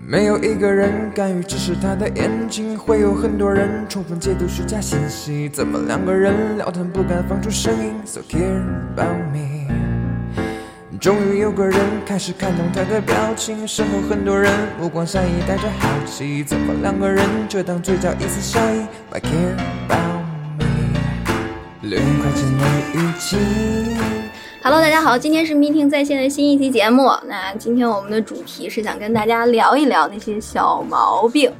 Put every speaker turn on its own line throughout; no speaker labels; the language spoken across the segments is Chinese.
没有一个人敢于直视他的眼睛，会有很多人充分解读虚假信息。怎么两个人聊天不敢放出声音？So care about me。终于有个人开始看懂他的表情，身后很多人目光善意，带着好奇。怎么两个人就当嘴角一丝笑意？Why care about me？零块钱的语气。
Hello，大家好，今天是 Meeting 在线的新一期节目。那今天我们的主题是想跟大家聊一聊那些小毛病。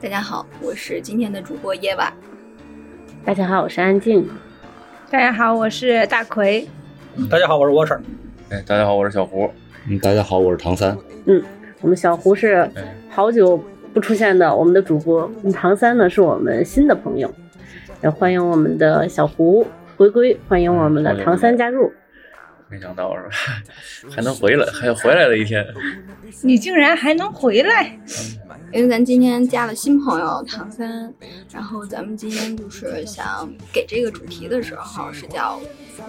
大家好，我是今天的主播夜晚。
大家好，我是安静。
大家好，我是大奎。
嗯大家好，我是 Water。
哎，大家好，我是小胡。
嗯，大家好，我是唐三。
我们小胡是
哎
好久不出现的我们的主播，嗯唐三呢是我们新的朋友，也欢迎我们的小胡回归，哎欢迎我们的唐三加入。
没想到是吧？ 还能回来，还回来了一天。
你竟然还能回来！
因为咱今天加了新朋友唐三，然后咱们今天就是想给这个主题的时候是叫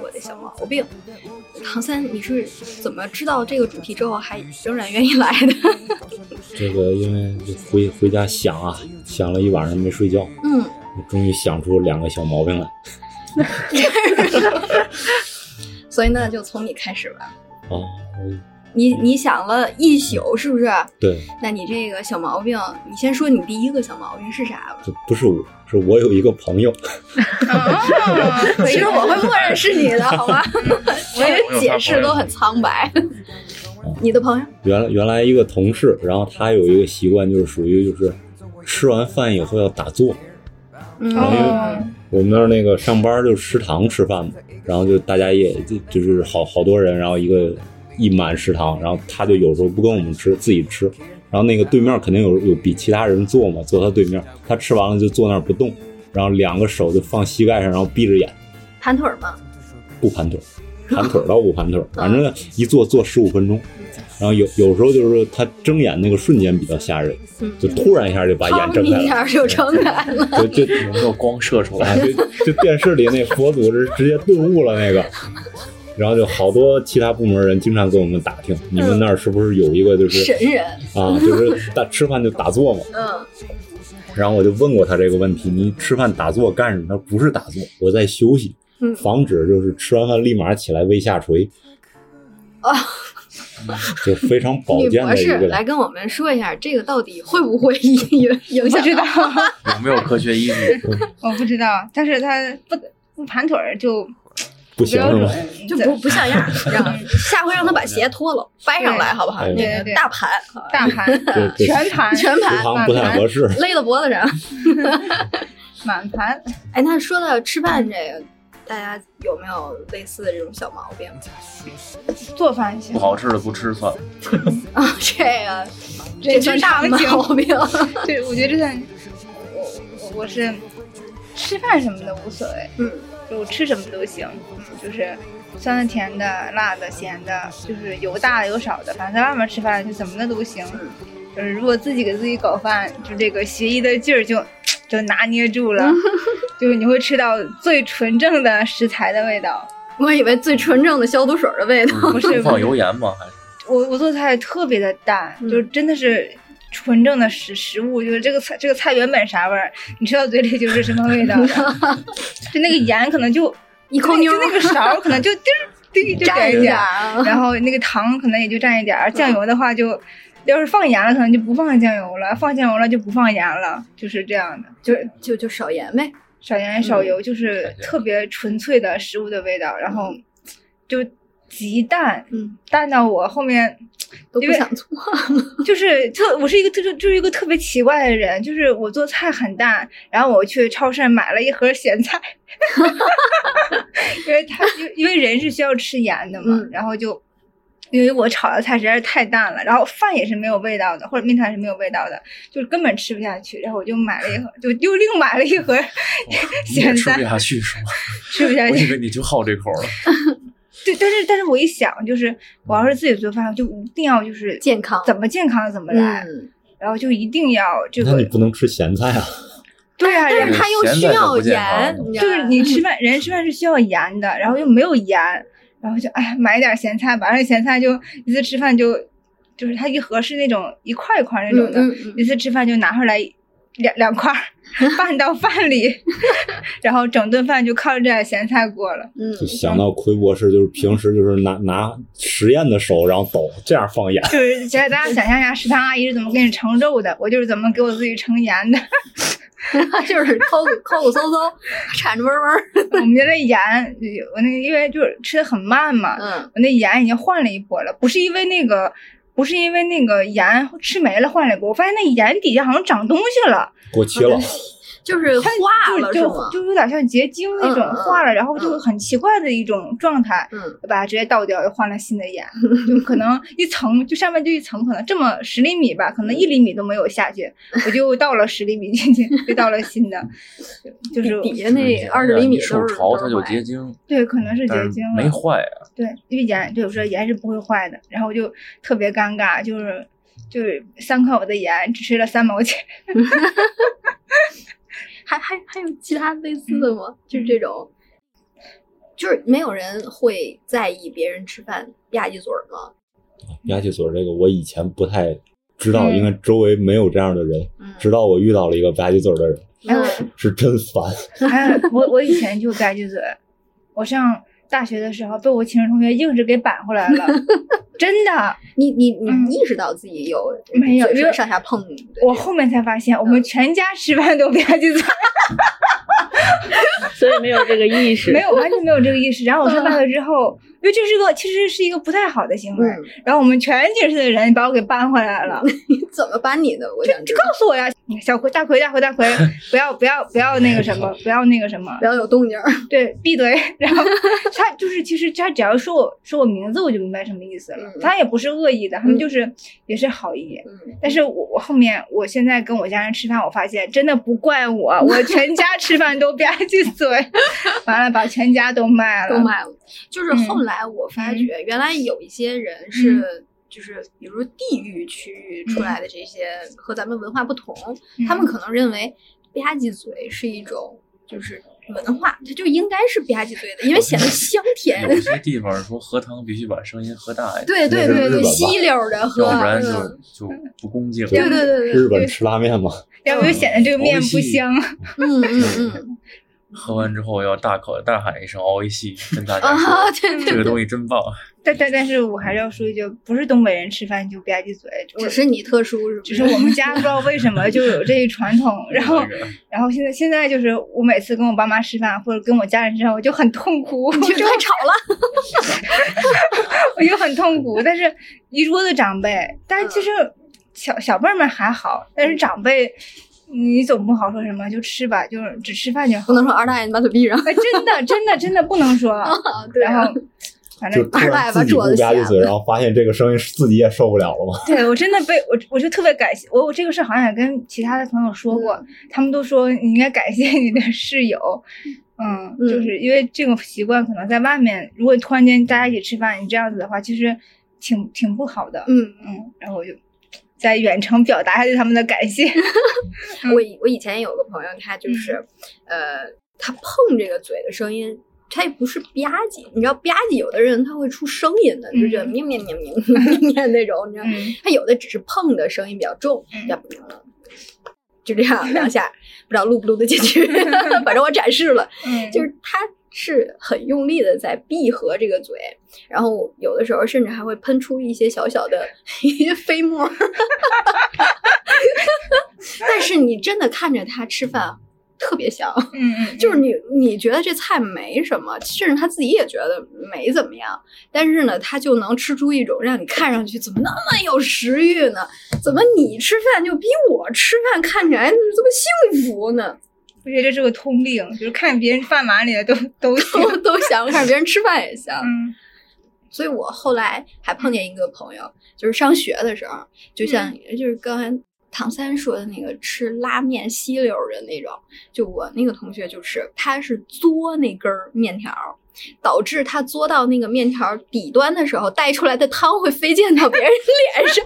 我的小毛病。唐三，你是怎么知道这个主题之后还仍然愿意来的？
这个因为就回回家想啊，想了一晚上没睡觉，
嗯，
终于想出两个小毛病来。
所以呢，就从你开始吧。
啊，我
你你想了一宿，是不是？
对，
那你这个小毛病，你先说你第一个小毛病是啥吧？
这不是我，是我有一个朋友，
其实我会默认是你的，好吧？ 我
我
这
有
解释都很苍白。
嗯
你的朋友，
原来原来一个同事，然后他有一个习惯，就是属于就是吃完饭以后要打坐。
哦
嗯，
我们那儿那个上班就食堂吃饭嘛，然后就大家也就就是好好多人，然后一个一满食堂，然后他就有时候不跟我们吃，自己吃。然后那个对面肯定有有比其他人坐嘛，坐他对面，他吃完了就坐那儿不动，然后两个手就放膝盖上，然后闭着眼
盘腿儿吗？
不盘腿，盘腿倒不盘腿，反正一坐坐十五分钟。然后有有时候就是他睁眼那个瞬间比较吓人，
嗯，
就突然一下就把眼
砰
睁开
一下
了，
就睁开了。
就就
有没有光射出
啊，
来？
就就电视里那佛祖是直接顿悟了那个，然后就好多其他部门人经常跟我们打听，你们那儿是不是有一个就是
神人，
啊，就是打吃饭就打坐嘛？
嗯，
然后我就问过他这个问题，你吃饭打坐干什么？他说不是打坐，我在休息
嗯，
防止就是吃完饭立马起来胃下垂。哦
啊，
就非常保
女
健
博
的一
士
个
来跟我们说一下，这个到底会不会 影影
不
响？
知道，
有没有科学依据？
我不知道，但是他不不盘腿儿就
不行
标
是
准
吗？，
就不不像样儿，然后下回让他把鞋脱了，掰上来，好不好？
对
那
对
个
对
大盘，
大盘
对对
全盘
全
食
盘
堂不太合适。
勒到脖子上。
满盘，
哎，那说到吃饭这个，大家有没有类似的这种小毛病
做饭行
不。好吃的不吃 算了。
啊？ 这个
这
算大
这常
毛病。
对，我觉得这算我我我是吃饭什么的无所谓，
嗯，
就我吃什么都行，就是酸的、甜的、辣的、咸的，就是有大的有少的，反正在外面吃饭就怎么的都行。就是如果自己给自己搞饭，就这个学医的劲儿就就拿捏住了，就是你会吃到最纯正的食材的味道。
我以为最纯正的消毒水的味道。
不
是
放油盐吗？还是
我我做菜特别的淡，
嗯
就真的是纯正的食食物，就是这个菜这个菜原本啥味儿，你吃到嘴里就是什么 味道的，就那个盐可能就
一抠妞
就那个勺可 能就滴儿滴就
蘸
点
一
一点
点
儿，
儿，啊
然后那个糖可能也就蘸一点儿，酱油的话就。要是放盐了，可能就不放酱油了；放酱油了，就不放盐了，就是这样的，就是
就就少盐呗。
少盐嗯少油，就是
感觉
特别纯粹的食物的味道，然后就极淡，
嗯，
淡到我后面
都
因
不
为
想做。
就是特，我是一个特就是一个特别奇怪的人，就是我做菜很淡，然后我去超市买了一盒咸菜， 因为他因为因为人是需要吃盐的嘛，
嗯
然后就因为我炒的菜实在是太淡了，然后饭也是没有味道的，或者面团是没有味道的，就是根本吃不下去，然后我就买了一盒，就又另买了一盒
你也
咸
吃不
菜，
下去是吗？
吃不下
我
去
以。为你就好这口了。
对，但是但是我一想，就是我要是自己做饭，就一定要就是
健康
怎么健康怎么来，
嗯，
然后就一定要这
那
个
你不能吃咸菜啊！
对啊，
但
人
是它又需要盐，知道
就
吗
是你吃饭，人吃饭是需要盐的，然后又没有盐，然后就哎呀买点咸菜吧，而且咸菜就一次吃饭就就是它一盒是那种一块一块那种的，
嗯嗯
一次吃饭就拿回来两两块儿 拌到饭里， 然后整顿饭就靠这点咸菜过了。
嗯
就想到奎博士，就是平时就是拿 拿实验的手，然后抖这样放盐，
就是现在大家想象一下，食堂阿姨是怎么给你盛肉的，我就是怎么给我自己盛盐的。
嗯， 就是抠抠抠搜搜，铲着嗡嗡，
我们家的盐，我那个因为就是吃的很慢嘛，
嗯
我那盐已经换了一波了，不是因为那个，不是因为那个盐吃没了换了一波，我发现那盐底下好像长东西了，
过期 了。
就是化了
就是
吗
就？就有点像结晶那种
嗯嗯
化了，然后就会很奇怪的一种状态。
嗯
我把它直接倒掉，又换了新的 盐，就可能一层，就上面就一层，可能这么十厘米吧，可能一厘米都没有下去，我就倒了十厘米进去，又倒了新的， 就
底
是
底下 那二十厘米
啊你受
都是
潮
都
它
是
就
坏
结晶，
对，可能是
但
结
是
晶了，
没坏啊。
对，因为盐，对我说盐是不会坏的，然后我就特别尴尬，就是就是三块五的盐，只吃了三毛钱，
还还还有其他类似的吗？就是这种，就是没有人会在意别人吃饭吧唧嘴儿吗？
鸭血嘴儿这个我以前不太知道，
嗯
因为周围没有这样的人，
嗯，
直到我遇到了一个吧唧嘴儿的人，
哎我
嗯
是真烦。
还有哎我我以前就吧唧嘴，我上大学的时候被我寝室同学硬是给扳回来了，真的。
你你
嗯
你意识到自己有
没有
嘴
因
唇
为
上下碰的这
我
种
后面才发现，我们全家吃饭都吧唧嘴，
所以没有这个意识。
没有完全没有这个意识。然后我上大学之后，因为这是个其实是一个不太好的行为，
嗯，
然后我们全寝室的人把我给扳回来了。
你怎么把你的？我想知道，
告诉我呀，小葵大葵大葵大葵，不要不要不要那个什么，不要那个什么
不，要有动静儿。
对，闭嘴。然后他就是，其实他只要说我说我名字，我就明白什么意思了
嗯。
他也不是恶意的，他
嗯
们就是也是好意。
嗯，
但是我我后面我现在跟我家人吃饭，我发现真的不怪我，我全家吃饭都吧 唧嘴，完了把全家都卖了，
都卖了。就是后来我发觉，原来有一些人是。就是比如地域区域出来的这些和咱们文化不同，
嗯
他们可能认为吧唧嘴是一种就是文化，它就应该是吧唧嘴的，因为显得香甜。
有些地方说喝汤必须把声音喝大一点，
对对
那
对
是
对，
日本吧
吸溜着喝，
要不然就
嗯
就不恭敬。
对对对对，
日本吃拉 面嘛，
然后又显得这个面不香。
嗯嗯嗯，
喝完之后要大口大喊一声“熬一戏”，跟大家
啊，
说
对
这
对对，
个东西真棒。
但但但是我还是要说一句，不是东北人吃饭就吧唧嘴，我
只是你特殊是不
只是我们家不知道为什么就有这一传统，然后
这个
然后现在现在就是我每次跟我爸妈吃饭或者跟我家人吃饭，我就很痛苦，我
你就
就
太吵了，
我就很痛苦。但是一桌子长辈，但
嗯
是其实小小辈儿们还好，但是长辈你总不好说什么，就吃吧，就是只吃饭就好
不。能说二大爷你把嘴闭上。
哎，真的真的真的不能说。
啊， 对
然
啊，
后反
就
正
突然自己不吧唧嘴，然后发现这个声音自己也受不了了嘛。
对我真的被我我就特别感谢我我这个事儿好像也跟其他的朋友说
嗯
过，他们都说你应该感谢你的室友，嗯，
嗯
就是因为这种习惯可能在外面，如果突然间大家一起吃饭，你这样子的话，其实挺挺不好的，
嗯。
嗯，然后我就在远程表达一下对他们的感谢，
我
嗯
以我以前有个朋友，他就是，呃，他碰这个嘴的声音，他也不是吧唧，你知道吧唧，有的人他会出声音的，就觉得
嗯
咩咩咩咩咩咩那种，你知道，
嗯
他有的只是碰的声音比较重，
嗯
要不就这样两下，不知道录不录得进去， 反正我展示了，
嗯，
就是他是很用力的在闭合这个嘴，然后有的时候甚至还会喷出一些小小的一些飞沫儿。 但是你真的看着他吃饭，特别香，
嗯嗯，
就是你你觉得这菜没什么，甚至他自己也觉得没怎么样，但是呢，他就能吃出一种让你看上去怎么那么有食欲呢？怎么你吃饭就比我吃饭看起来这么幸福呢？
我觉得这是个通病，就是看别人饭碗里的都都行，
都都香，看着别人吃饭也香。
嗯
所以我后来还碰见一个朋友，就是上学的时候，就像就是刚才唐三说的那个吃拉面吸溜儿的那种，就我那个同学就是，他是嘬那根儿面条儿，导致他嘬到那个面条儿底端的时候，带出来的汤会飞溅到别人脸上，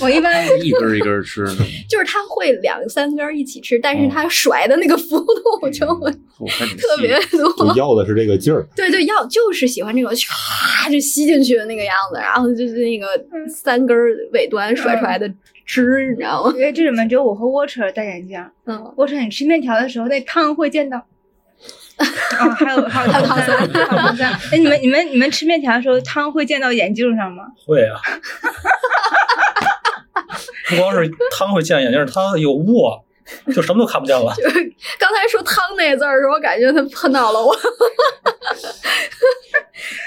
我一 般
一根儿一根儿吃呢。
就是他会两三根儿一起吃，但是
哦嗯
他甩的那个幅度就会
我看你
特别多。
就要的是这个劲儿。
对对，要就是喜欢这种唰就吸进去的那个样子，然后就是那个
嗯
三根儿尾端甩出来的汁，你知道吗？
因为这里面只有我和 Water 戴眼镜。
嗯，
Water，你吃面条的时候，那汤会溅到。 啊，还有还有
还有
唐三，还有唐三。 哎，你们你们你们吃面条的时候，汤会溅到眼镜上吗？
会啊，不光是汤会溅眼镜，它有雾啊，就什么都看不见了。
就是 刚才说“汤”那字儿的时候，我感觉他碰到了我，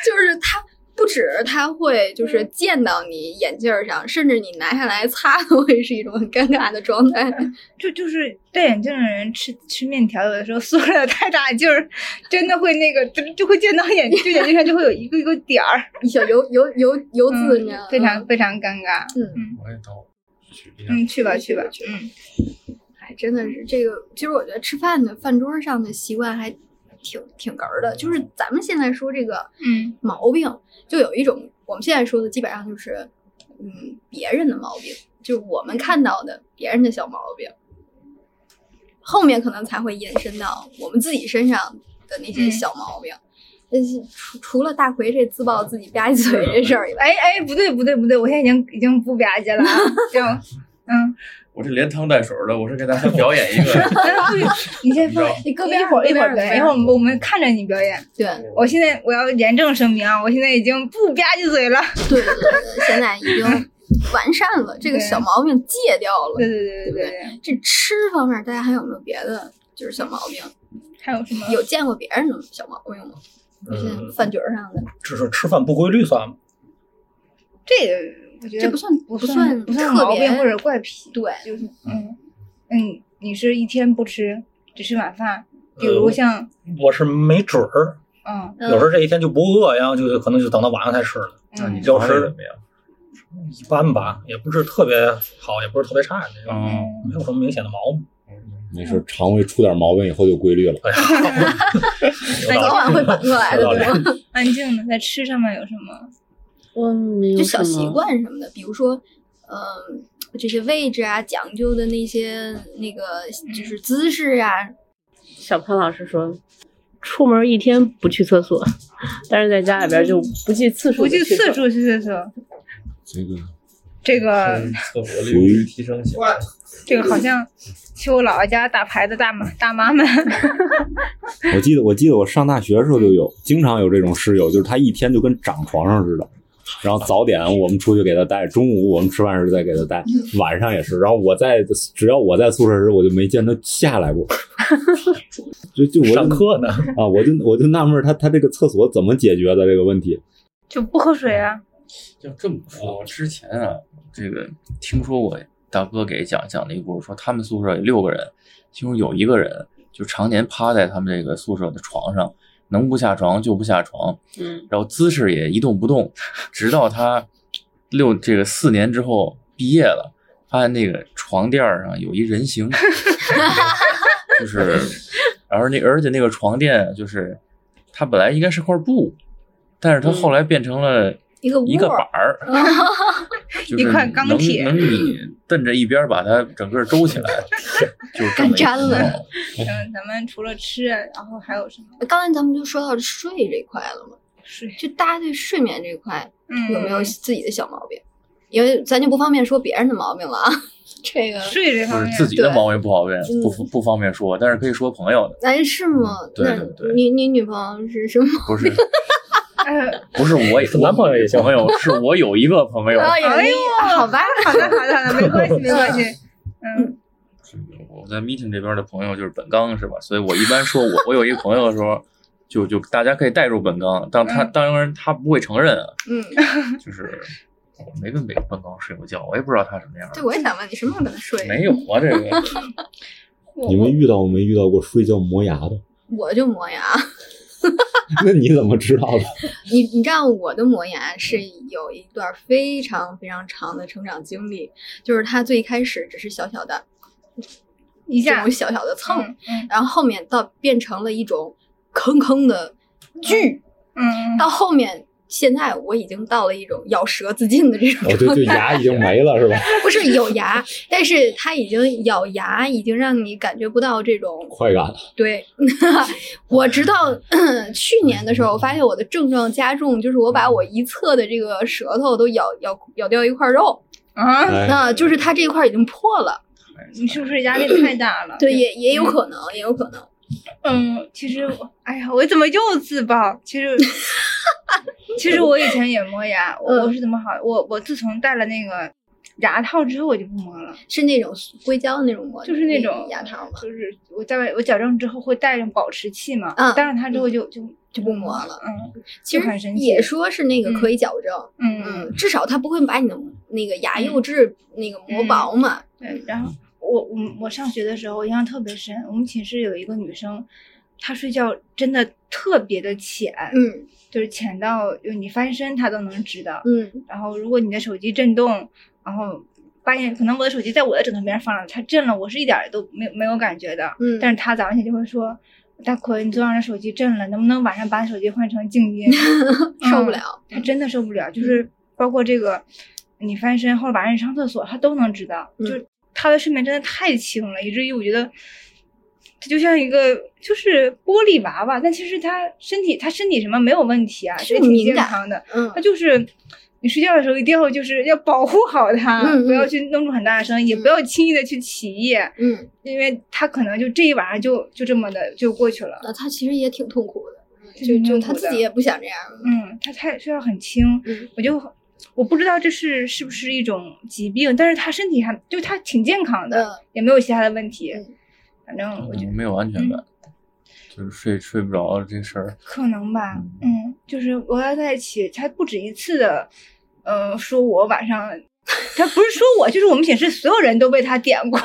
就是他。不止他会就是
嗯
溅到你眼镜儿上，甚至你拿下来擦都会是一种很尴尬的状 态。
就就是戴眼镜的人吃吃面条，有的时候塑料太大劲儿，真的会那个就就会溅到眼睛，就眼睛上就会有一个一个点 儿，
一小油油油油渍，你知道吗嗯
嗯？非常非常尴尬。
我也到去一下
嗯，去吧去吧，嗯，
哎，真的是这个。其实我觉得吃饭的饭桌上的习惯还挺挺哏儿的，就是咱们现在说这个
嗯
毛病，就有一种我们现在说的基本上就是嗯别人的毛病，就是我们看到的别人的小毛病，后面可能才会延伸到我们自己身上的那些
嗯
小毛病。但是除除了大奎这自曝自己吧唧嘴这事儿以外，
哎哎，不对不对不对，我现在已经已经不吧唧了 啊，就嗯，
我这连汤带水儿的，我是给大家表演一个
你先说，
你搁边
一
儿
会儿一
搁
会
边
儿
儿
表演，一会儿我们我们看着你表演。
对
我现在我要严正声明啊，我现在已经不吧唧嘴了。
对对对对，现在已经完善了，这个
对
小毛病戒掉了。
对对对对对对，
这吃方面，大家还有没有别的就是小毛病？
还有什么？
有见过别人的小毛病吗？
嗯
就是饭局儿上的，
嗯就是吃饭不规律算吗？
这个我觉得
这不算
不
算
不算
特
毛
别
病或者怪癖，
对，
就是嗯嗯，你是一天不吃，只吃晚饭，比如
呃
像
我是没准儿，
呃
嗯
有时候这一天就不饿，然后就可能就等到晚上才吃了，
那你
嗯
教室怎么样？
一般吧，也不是特别好，也不是特别差的那种，
嗯，
没有什么明显的毛病。
没事，肠胃出点毛病以后就规律了。
哎呀，有
早
道
晚
理
会反 过来的，
有道理
对吧？
安静的在吃上面有什么？
我没有
就小
什么
习惯什么的，比如说，嗯，这些位置啊，讲究的那些那个就是姿势啊，
小潘老师说，出门一天不去厕所， 但是在家里边就不计次数
不
地
计
去
次
厕所。
数去厕所，
这个
这个
嗯
厕所利用率提升型。
这个好像去我姥姥家打牌的大妈大妈们，
我记得，我记得我上大学的时候就有，经常有这种室友，就是他一天就跟长床上似的。然后早点我们出去给他带，中午我们吃饭时再给他带，晚上也是。然后我在只要我在宿舍时，我就没见他下来 过。就就我就
上课呢，
啊，我就我就纳闷儿他他这个厕所怎么解决的这个问题。
就不喝水啊。
要这么说，之前啊，这个听说我大哥给讲讲了一故事，说他们宿舍有六个人，其中有一个人就常年趴在他们这个宿舍的床上，能不下床就不下床，
嗯，
然后姿势也一动不动，直到他六这个四年之后毕业了，发现那个床垫儿上有一人形， 就是，而那而且那个床垫就是，它本来应该是块布，但是它后来变成了
一个
一个
窝
板
儿
儿，
嗯
就是
一块钢
能
铁
能你蹬着一边儿把它整个周起来， 就是这么
干
一
粘了
情况
哎
嗯，咱们除了吃，然后还有什么
刚才咱们就说到睡这块了嘛，
睡？
就大家对睡眠这块
嗯，
有没有自己的小毛病？因为咱就不方便说别人的毛病了啊。 这个，
睡这方
就
面
是？自己的
对
毛病不好辩，
嗯
不不方便说，但是可以说朋友的，
哎，是吗？
嗯对
那
对对
你你女朋友是什么？
不是
哎
不是我
男朋友也行
朋 友是我有一个朋
有
友，
哎呦
啊好吧，
好的好的好的， 没关系没关系。嗯，
这个我在 meeting 这边的朋友就是本刚是吧？所以我一般说我我有一个朋友的时候，就就大家可以带入本刚，但他
嗯
当然他不会承认啊，
嗯，
就是我没跟本本刚睡过觉，我也不知道他什么样儿
对，，我也想问你什么时候跟他睡？
没有啊这个。
我
你
我
们遇到过没遇到过睡觉磨牙的？
我就磨牙，
那你怎么知道的？
你你知道我的磨牙是有一段非常非常长的成长经历，就是它最开始只是小小的
一
这
下
种小小的蹭，
嗯嗯
然后后面到变成了一种坑坑的巨，
嗯，
到后面现在我已经到了一种咬舌自尽的这种
哦，就
状
就
态，
牙已经没了是吧？
不是有牙，但是它已经咬牙，已经让你感觉不到这种
快感了，
对，我直到 去年的时候，我发现我的症状加重，就是我把我一侧的这个舌头都咬咬咬掉一块肉，
啊，
哎，
那就是它这一块已经破了。
哎
你是不是压力太大了？
对，也也有可能，也有可能。
嗯，其实我，哎呀，我怎么又自爆？其 实，其实我以前也磨牙，我
嗯
我是怎么好？我我自从戴了那个牙套之后，我就不磨了，
是那种硅胶的那种膜，
就是那种
哦牙套嘛，
就是我戴完我矫正之后会戴上保持器嘛，
嗯
戴上它之后就就
就不磨了。
嗯
其
就很神
实
奇
也说是那个可以矫正，
嗯
嗯，至少它不会把你的那个牙釉质那个磨
嗯
薄嘛。
对，然后我我我上学的时候我印象特别深，我们寝室有一个女生，她睡觉真的特别的浅，
嗯
就是浅到就你翻身她都能知道。
嗯
然后如果你的手机震动，然后半夜可能我的手机在我的枕头边放着，它震了，我是一点儿都没有没有感觉的。
嗯
但是她早上起来就会说。大奎，你昨晚的手机震了，能不能晚上把手机换成静音？
受不
嗯
了。
他真的受不了，
嗯
就是包括这个，你翻身或者晚上上厕所，他都能知道，
嗯
就他的睡眠真的太轻了，以至于我觉得他就像一个就是玻璃娃娃，但其实他身体他身体什么没有问题啊，
是
身体
敏
健
感
康的，
嗯
他就是。你睡觉的时候一定要就是要保护好它，
嗯嗯
不要去弄出很大的声音，也不要轻易的去起夜，
嗯，
因为他可能就这一晚上就就这么的就过去了。
那他其实也挺痛苦的，
挺
就
痛
就他
苦
自
的
己也不想这样。
嗯，他太睡到很轻，
嗯
我就我不知道这是是不是一种疾病，但是他身体还就他挺健康的，
嗯
也没有其他的问题，
嗯
反正我觉得
没有安全感，就是睡睡不着这事儿。
可能吧，嗯，就是我和他在一起，他不止一次的，呃，说我晚上。他不是说我，就是我们寝室所有人都被他点 过。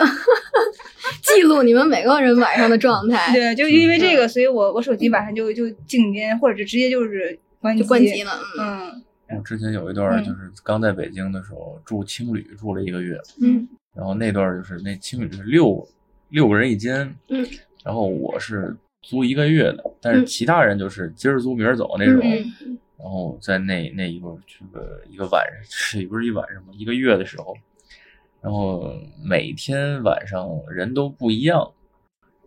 记录你们每个人晚上的状态，
对，就因为这个，所以我我手机晚上就就静音，或者是直接就是关机。
就关机。了。
嗯
我之前有一段儿
嗯
就是刚在北京的时候住青旅住了一个月，
嗯
然后那段儿就是那青旅是六六个人一间，
嗯，
然后我是租一个月的，但是
嗯
其他人就是今儿租明儿走那种，
嗯
然后在那那一个这个一个晚上， 也不是一晚上吧，一个月的时候，然后每天晚上人都不一样，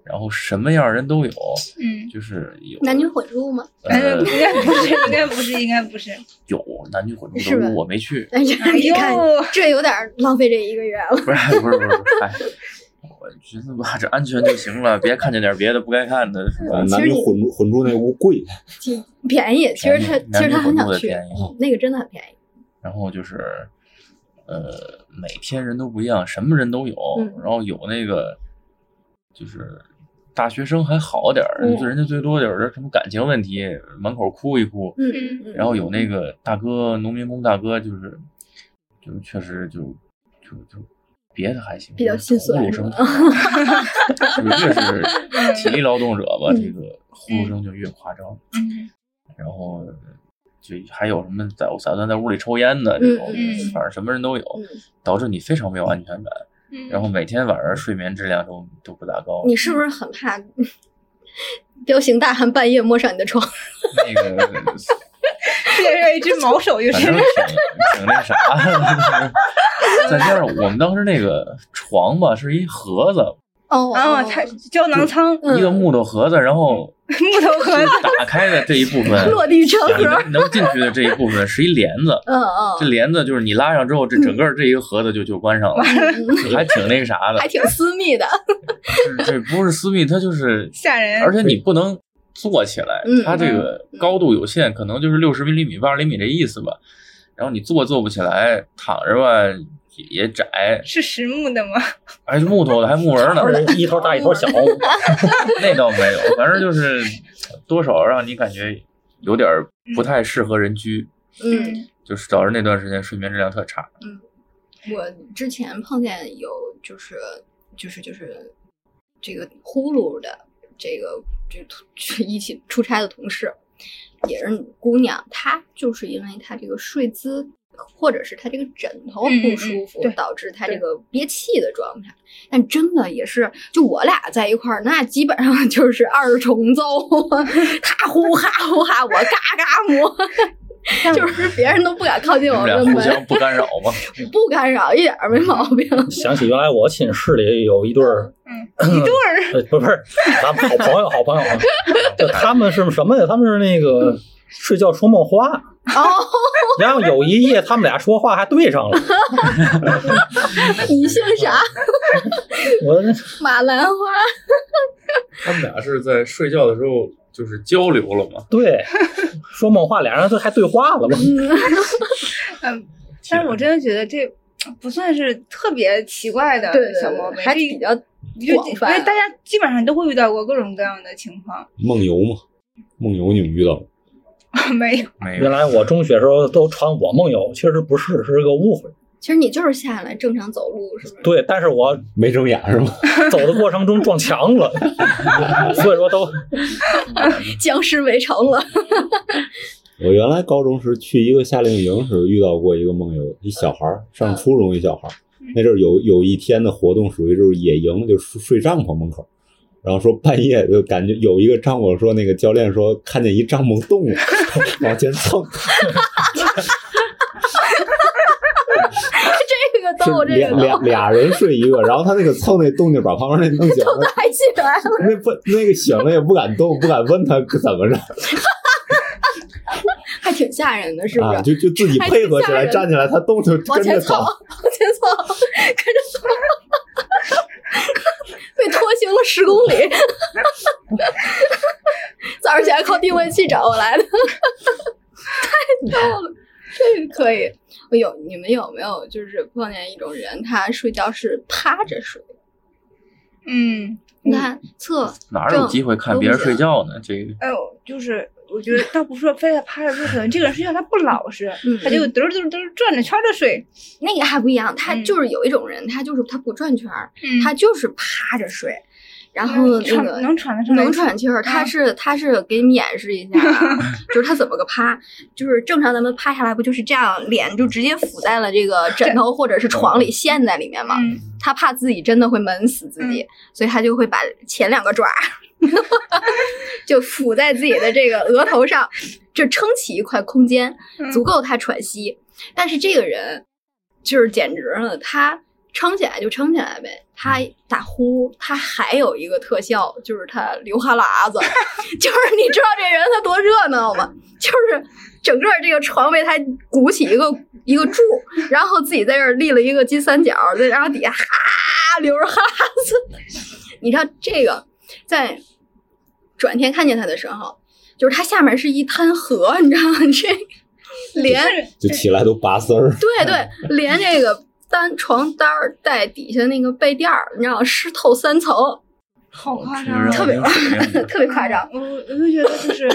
然后什么样人都有，
嗯，
就是有
男女混入吗？
反正
呃
应该不是，应该不是，应该不是。
有男女混
是
住
吧
的屋我没去，
哎呀，
哎
你
呦，
看，这有点儿浪费这一个月了。
不是不是不是，不是哎，我觉得吧，这安全就行了，别看见点别的不该看的。
啊
其
男
实
女
你
混住混住那屋贵，
挺便宜，其实他
便宜
其实他很
男女混
想
入的
去嗯
便宜，
那个真的很便宜。
然后就是，呃，每天人都不一样，什么人都有，
嗯
然后有那个就是大学生还好点儿，
嗯
就人家最多有人什么感情问题，门口哭一哭，
嗯，嗯
然后有那个大哥，农民工大哥，就是就确实就就就别的还行，
比较
就是
心酸
呼噜
是
声
吧
太大，就是越是体力劳动者吧，
嗯
这个呼噜声就越夸张。
嗯
然后就还有什么在我打算在屋里抽烟的这种，
嗯
嗯
反正什么人都有
嗯，
导致你非常没有安全感，
嗯
然后每天晚上睡眠质量都都不咋高。
你是不是很怕嗯彪形大汉半夜摸上你的床？
那个
这是一只毛手，就
反
是
正。挺挺那啥 的，再加上我们当时那个床吧是一盒子，
哦
啊，它胶囊舱、
嗯
一个木头盒子，然后
木头盒子，
打开的这一部分，
落地成盒。
你 能能进去的这一部分是一帘子。
嗯
这
嗯，
帘子就是你拉上之后，这整个这一个盒子就就关上了， 就还挺那个啥
嗯
的
还。挺私密的。
这这不是私密，它就是，
吓人。
而且你不能坐起来
嗯，
它这个高度有限，可能就是六十厘米、八十厘米这意思吧。然后你坐坐不起来，躺着吧也也窄，
是实木的吗？
还是木头的，还木纹呢，
一头大一头小，
那倒没有，反正就是多少让你感觉有点儿不太适合人居，
嗯，
就是导致那段时间睡眠质量特差。
我之前碰见有就是就是就是这个呼噜的这个就就一起出差的同事，也是姑娘，她就是因为她这个睡姿或者是她这个枕头
嗯嗯
不
嗯
舒服，
对
导致她这
对
个憋气的状态。但真的也是，就我俩在一块儿，那基本上就是二重奏， 他呼哈呼哈，我嘎嘎 磨。就是别人都不敢靠近
你
我
们
们的
俩互相
门，
不干扰吗？
不干扰，一点儿
嗯
没毛病。
想起原来我寝室里有一对儿，
一对儿，
呃不不是，咱们好朋友，好朋友啊， 就他们是什么呀？他们是那个睡觉说梦话，
哦，
然后有一夜他们俩说话还对上了，
你姓啥？
嗯
我那
马兰花。
他们俩是在睡觉的时候就是交流了吗？
对说梦话，俩人都还对话了嘛。
嗯，但是我真的觉得这不算是特别奇怪的小毛病，
还
这
比较
就哎
广
因
泛
为大家基本上都会遇到过各种各样的情况，
梦游嘛，梦游你们遇到过？
嗯
没有，
没
原
有，
来我中学时候都传我梦游，其实不是，是个误会。
其实你就是下来正常走路，是不是？
对，但是我
没睁眼是吗？
走的过程中撞墙了， 所以说都
嗯
僵尸围城了，
我原来高中时去一个夏令营时遇到过一个梦游，一小孩儿
嗯
上初中一小孩儿，那阵儿有有一天的活动属于就是野营，就睡睡帐篷门口，然后说半夜就感觉有一个帐篷说那个教练说看见一帐篷动了， 往 前蹭，
这个
是
逗，这
俩
个
俩
逗，
俩人睡一个，然后他那个蹭那动静把旁边那弄醒了，
抬起来了，
那不那个醒了也不敢动，不敢问他怎么着
还挺吓人的，是不是？
啊，就就自己配合起
还
来
挺吓
站起来，他动就
往
跟
前
着
凑，
走。
往前凑，跟着走，被拖行了十公里。早上起来靠定位器找我来的，太逗了，这个可以。我有你们有没有就是碰见一种人，他睡觉是趴着睡，
嗯，
你看侧
哪有机会看别人睡觉呢？这个
哎呦，就是我觉得倒不是说非得趴着睡，可能这个人睡觉他不老实，
嗯
他就嘚儿嘚儿嘚儿转着圈儿的睡，
那个还不一样，他
嗯
就是有一种人，他就是他不转圈儿，嗯他
他
就是趴着睡，然
嗯能
后那
喘
个
能喘得嗯上来
能喘气儿，他
嗯
是他是给你们演示一下 啊，就是他怎么个趴，就是正常咱们趴下来不就是这样，脸就直接伏在了这 个枕头或者是床里陷在里面嘛，
嗯，
他怕自己真的会闷死自己，所以他就会把前两个爪儿 就抚在自己的这个额头上，就撑起一块空间，
嗯
足够他喘息。但是这个人就是简直了，他撑起来就撑起来呗，他打呼，他还有一个特效就是他流哈喇子， 就是你知道这人他多热闹吗？就是整个这个床被他鼓起一个一个柱，然后自己在这儿立了一个金三角，在然后底下哈流着哈喇子。 你知道这个在转天看见他的时候，就是他下面是一滩河，你知道吗？ 这连
就起来都拔丝儿，
嗯
对对，连这个单床单儿带底下那个被垫儿，你知道湿透三层，
好夸
这
张啊，
让我没有反应
特别夸张。
我我就觉得就是，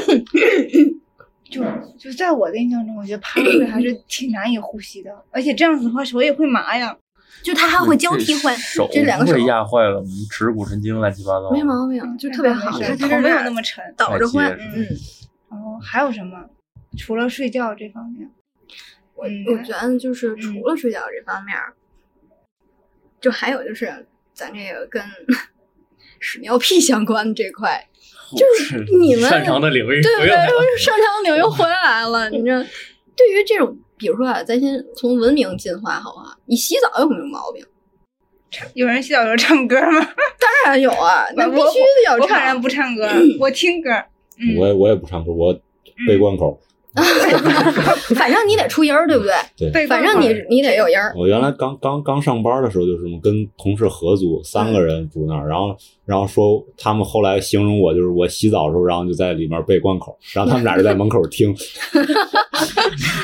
就就在我的印象中，我觉得趴睡还是挺难以呼吸的，而且这样子的话手也会麻呀。
就 他还会交替换
嗯手
这两个手
不会，压坏了吗耻骨神经乱七八糟。
没啊毛病，就特别好。
没事
他
头
他
没有那么沉。
倒着换，
太结实
嗯。
然后还有什么？除了睡觉这方面，
我
嗯
我觉得就是
嗯
除了睡觉这方面儿，就还有就是咱这个跟 屎尿屁相关的这 块，就是你们
擅长的领域，
对不
不
对？
用聊
我上长领又回来了，你这对于这种，比如说啊，咱先从文明进化好不好？你洗澡有没有毛病？
有人洗澡的时候唱歌吗？
当然有啊，那
我
必须得要
我反
唱
正。不 唱歌，我听歌。嗯，
我也我也不唱歌，我
嗯
背关口。
反正 你得出音儿，对不对？
对，
反正你你得有音儿。
我原来刚刚刚上班的时候，就是跟同事合租，三
嗯
个人住那儿，然后然后说他们后来形容我就是我洗澡的时候，然后就在里面背关口，然后他们俩就在门口 听，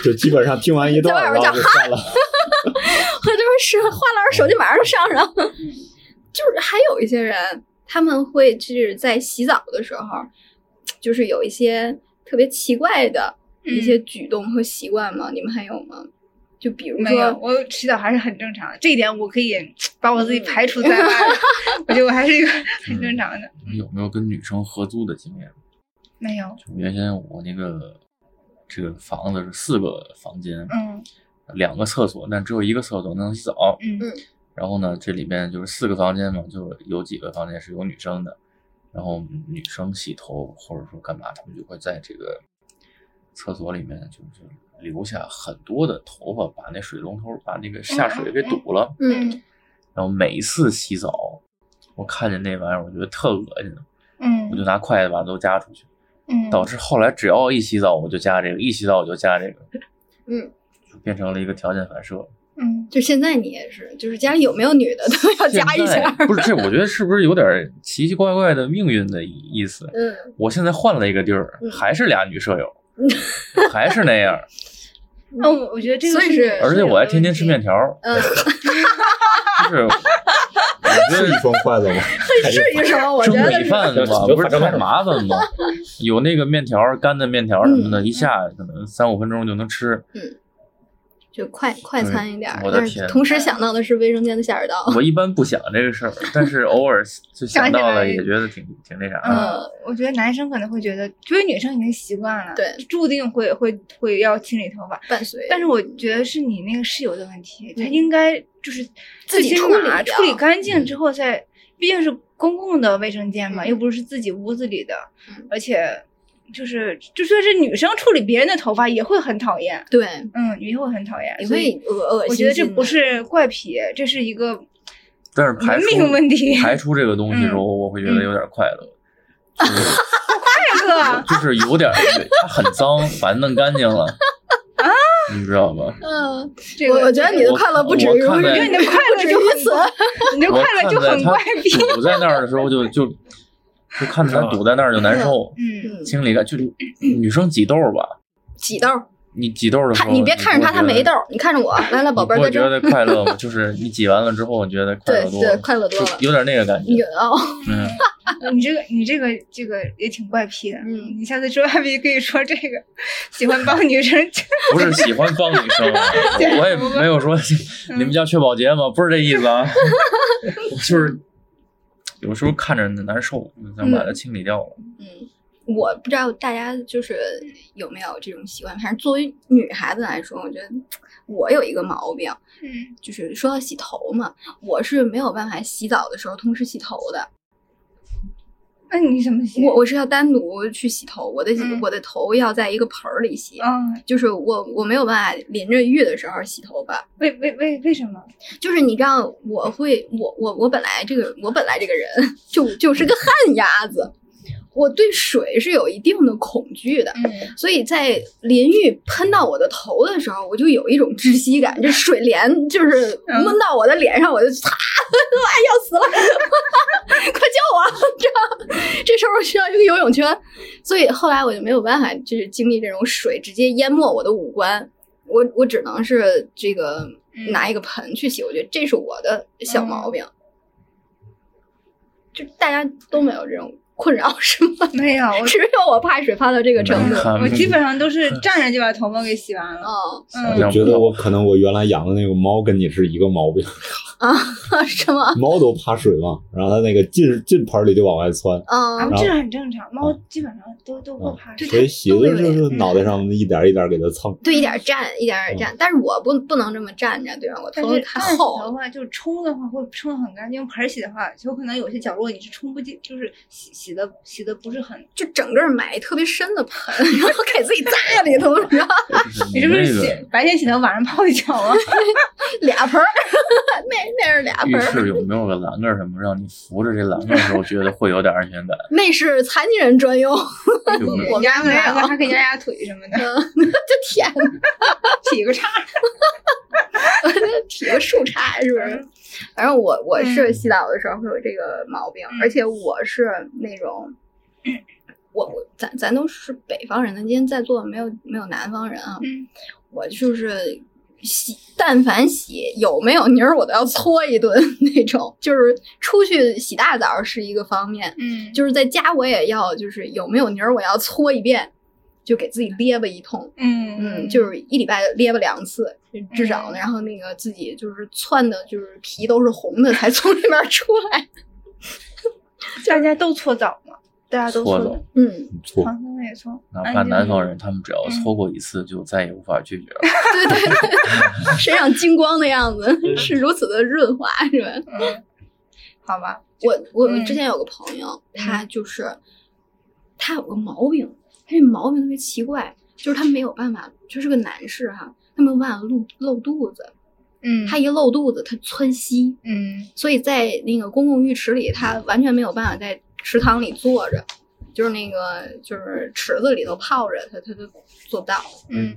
就基本上听完一段，
在外
然
边
后就散了。
他就是是花篮手机马上就上 上，就是还有一些人他们会就是在洗澡的时候，就是有一些特别奇怪的一些举动和习惯吗？你们还有吗？就比如
没有，
说，
我洗澡还是很正常的，这一点我可以把我自己
嗯
排除在外 了。我觉得我还是一个很正常的。
你有没有跟女生合租的经验？
没有，
就原先我那个这个房子是四个房间，
嗯
两个厕所，但只有一个厕所能洗澡。
嗯
嗯
然后呢，这里面就是四个房间嘛，就有几个房间是有女生的，然后女生洗头或者说干嘛，他们就会在这个厕所里面就是留下很多的头发，把那水龙头把那个下水给堵了。
嗯，
然后每一次洗澡，我看见那玩意儿，我觉得特恶心，
嗯
我就拿筷子把它都夹出去，
嗯，
导致后来只要一洗澡我就夹这个，一洗澡我就夹这个，
嗯，
就变成了一个条件反射。
嗯
就现在你也是，就是家里有没有女的都要
现
加一下。
在不是这，我觉得是不是有点奇奇怪怪的命运的意思？
嗯，
我现在换了一个地儿，
嗯
还是俩女 舍友，还是那样，
那我我觉得这个
嗯所以
是
是，
而且我还天天吃面条，
嗯，
就是我觉
是一
得。
双筷 子吗？
至于什么？我觉
中
得
国
米 饭
是
嘛，不是太麻烦 吗？有那个面条，干的面条什么
嗯
的，一下可能三五分钟就能吃。
就快快餐一点儿
嗯我，的
但是
天
同时想到的是卫生间的下水道。
我一般不想这个事儿，但是 偶尔就想到
想
了，
起来
也觉得挺挺那啥的。
嗯，我觉得男生可能会觉得，就是女生已经习惯了，
对，
注定会会会要清理头发。
伴随，
但是我觉得是你那个室友的问题，他
嗯
应该就是
自己
最起
处理
码
掉
处理干净之后再，毕竟是公共的卫生间嘛，
嗯
又不是自己屋子里的
嗯，
而且就是就算是女生处理别人的头发也会很讨厌，
对，
嗯，也会很讨厌，
你
所以
会恶恶心。
我觉得这不，是怪癖，这是 一个
但是排
文
除
明问题，
排除这个东西的时候，
嗯
我会觉得有点快乐。
这个
就是有点儿，它很脏，把它弄干净了，
啊
你知道吧？
嗯，
这
我
个，
我觉得你的
我
快乐不止于
我
我
看在
觉得 你的快
不
乐
止
就
于
很
此。
你这
我
快乐
看
就
在
很
它
怪癖，
堵在那儿的时候就， 就就看着它堵在那儿就难受。
嗯，
嗯，
清理干，就是女生挤痘儿吧，
挤痘儿，
你挤痘儿的时
他
候，
你别看着他，他没痘，儿，你看着我，来来，
你
宝贝儿，
不
在
会
这
觉
儿。
得快乐吗？就是你挤完了之后，你觉得快
对
乐多
对，
了，
快乐多
就
了。
有点那个感觉
你。哦，
嗯，
你这个，你这个，这个也挺怪癖的。
嗯
你下次说怪癖可以说这个，喜欢帮女生
不是喜欢帮女 生啊，我我也没有说
嗯
你们家缺保洁吗？不是这意 思啊，就是有时候看着难受，想把它清理掉了。
嗯，我不知道大家就是有没有这种习惯，反正作为女孩子来说，我觉得我有一个毛病，
嗯
就是说到洗头嘛，我是没有办法洗澡的时候同时洗头的，
那你怎么洗？
我我是要单独去洗头，我的、
嗯
我的头要在一个盆儿里洗，
嗯，
就是我我没有办法淋着浴的时候洗头发，
为为为为什么？
就是你知道我会我我我本来这个我本来这个人 就就是个旱鸭子，我对水是有一定的恐惧的。
嗯
所以在淋浴喷到我的头的时候，我就有一种窒息感，这水帘就是
嗯
闷到我的脸上，我就擦， 啊，要死了， 快救我！这样，这时候需要一个游泳圈，所以后来我就没有办法，就是经历这种水直接淹没我的五官，我我只能是这个
嗯
拿一个盆去洗，我觉得这是我的小毛病。就大家都没有这种困扰是吗？
没有，我
只有我怕水怕到这个程度
没。看
我基本上都是站着就把头发给洗完了。
哦
嗯，
觉得我可能我原来养的那个猫跟你是一个毛病，
啊， 是吗？
猫都怕水嘛，然后它那个进进盆里就往外窜，
啊
嗯，
后
这个很正常，猫基本上都都不
嗯
怕
哦所
水。
以洗的就是
嗯
脑袋上一点一点给它蹭。
对，一点儿站，一点儿站，但是我不不能这么站着，对吧？我
但
头
是
太
按洗
厚
头
了。
发就冲的话会冲的很干净，用盆儿洗的话，有可能有些角落你是冲不进，就是洗洗的洗的不是很。
就整个买特别深的盆， 然后给自己扎里头，然后
你
就是你
是不是
那
洗
个
白天洗头，晚上泡一脚啊？
俩盆儿， 那那是俩盆
浴
儿，
室有没有个栏杆儿什么，让你扶着这栏杆儿的时候觉得会有点安全 感？
那是残疾人专用，
就没有
我们家没
压个
有。
还可以压压腿什么的，
这天哪，
劈个叉。
体个树杈是不是？
嗯
反正我我是洗澡的时候会有这个毛病，
嗯
而且我是那种，我我咱咱都是北方人的，今天在座没有没有南方人啊，
嗯
我就是洗，但凡洗有没有泥儿我都要搓一顿 那种，就是出去洗大澡是一个方面，
嗯
就是在家我也要就是有没有泥儿我要搓一遍，就给自己咧巴一通。
嗯
嗯，就是一礼拜咧吧两次，至少呢，
嗯
然后那个自己就是窜的，就是 皮都是红的，才从里面出来。
大家都搓澡嘛，大家都
搓
搓
走
的，。
嗯，
错
唐僧也搓，
哪
安
怕
静嗯
南方
也
人，他们只要搓过一次，就再也无法拒绝了。
对对对，身上金光的样子 是如此的润滑，是吧？
嗯，好吧，
我我
嗯
之前有个朋友，他就是他有个毛病，他这毛病特别奇怪，就是他没有办法，就是个男士哈、他没有办法露露肚子，
嗯，
他一露肚子他窜稀，
嗯
所以在那个公共浴池里，他完全没有办法在池塘里坐着，就是那个就是池子里头泡着，他他都做不到。
嗯，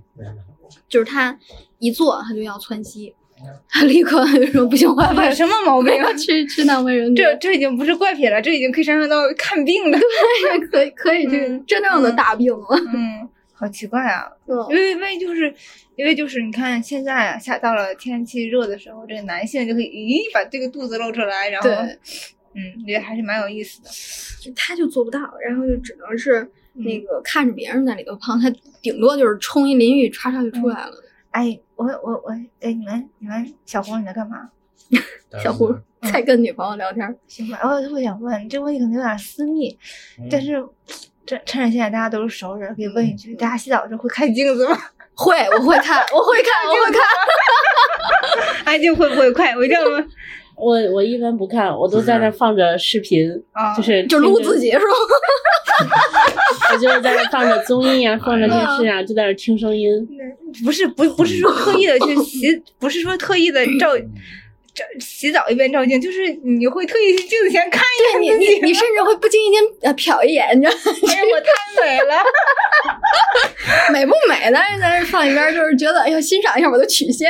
就是他一坐他就要窜稀，他立刻就说不行，我要把
有什么毛 病啊？
要去去当卫生
这
间，
这已经不是怪癖了，这已经可以上升到看病了。
这可以可以去
嗯
真正的大病了。
嗯，好奇怪啊，因
嗯
为因为就是因为就是你看现在啊，下到了天气热的时候，这个男性就会咦把这个肚子露出来，然 后
对，
嗯，觉得还是蛮有意思的。
他就做不到，然后就只能是
嗯
那个看着别人在里头胖，他顶多就是冲一淋浴，唰唰就出来了。
哎，我我我，哎，你们你们小红你在干嘛？
小胡在跟女朋友聊天，
行吧，哦我我想问这个问题可能有点私密，
嗯
但是趁趁着现在大家都是熟人，可以问一句：大家洗澡的时候会看镜子吗？
会我会看，我会看，我会看。
安静哎会不会快？我一定要问。
我我一般不看，我都在那放着视频，
啊，
就是
就撸
听着
自己是吧？
我就是在那放着综艺 啊，放着电视啊，就在那听声音。
不是不不是说特意的去洗，不是说特意的照照洗澡一边照镜，就是你会特意去镜子前看
对
一
你
眼自己
你，你甚至会不经意间呃瞟一眼，你知道吗
哎呀，我太美了，
美不美？但是在这放一边，就是觉得哎呀欣赏一下我的曲线。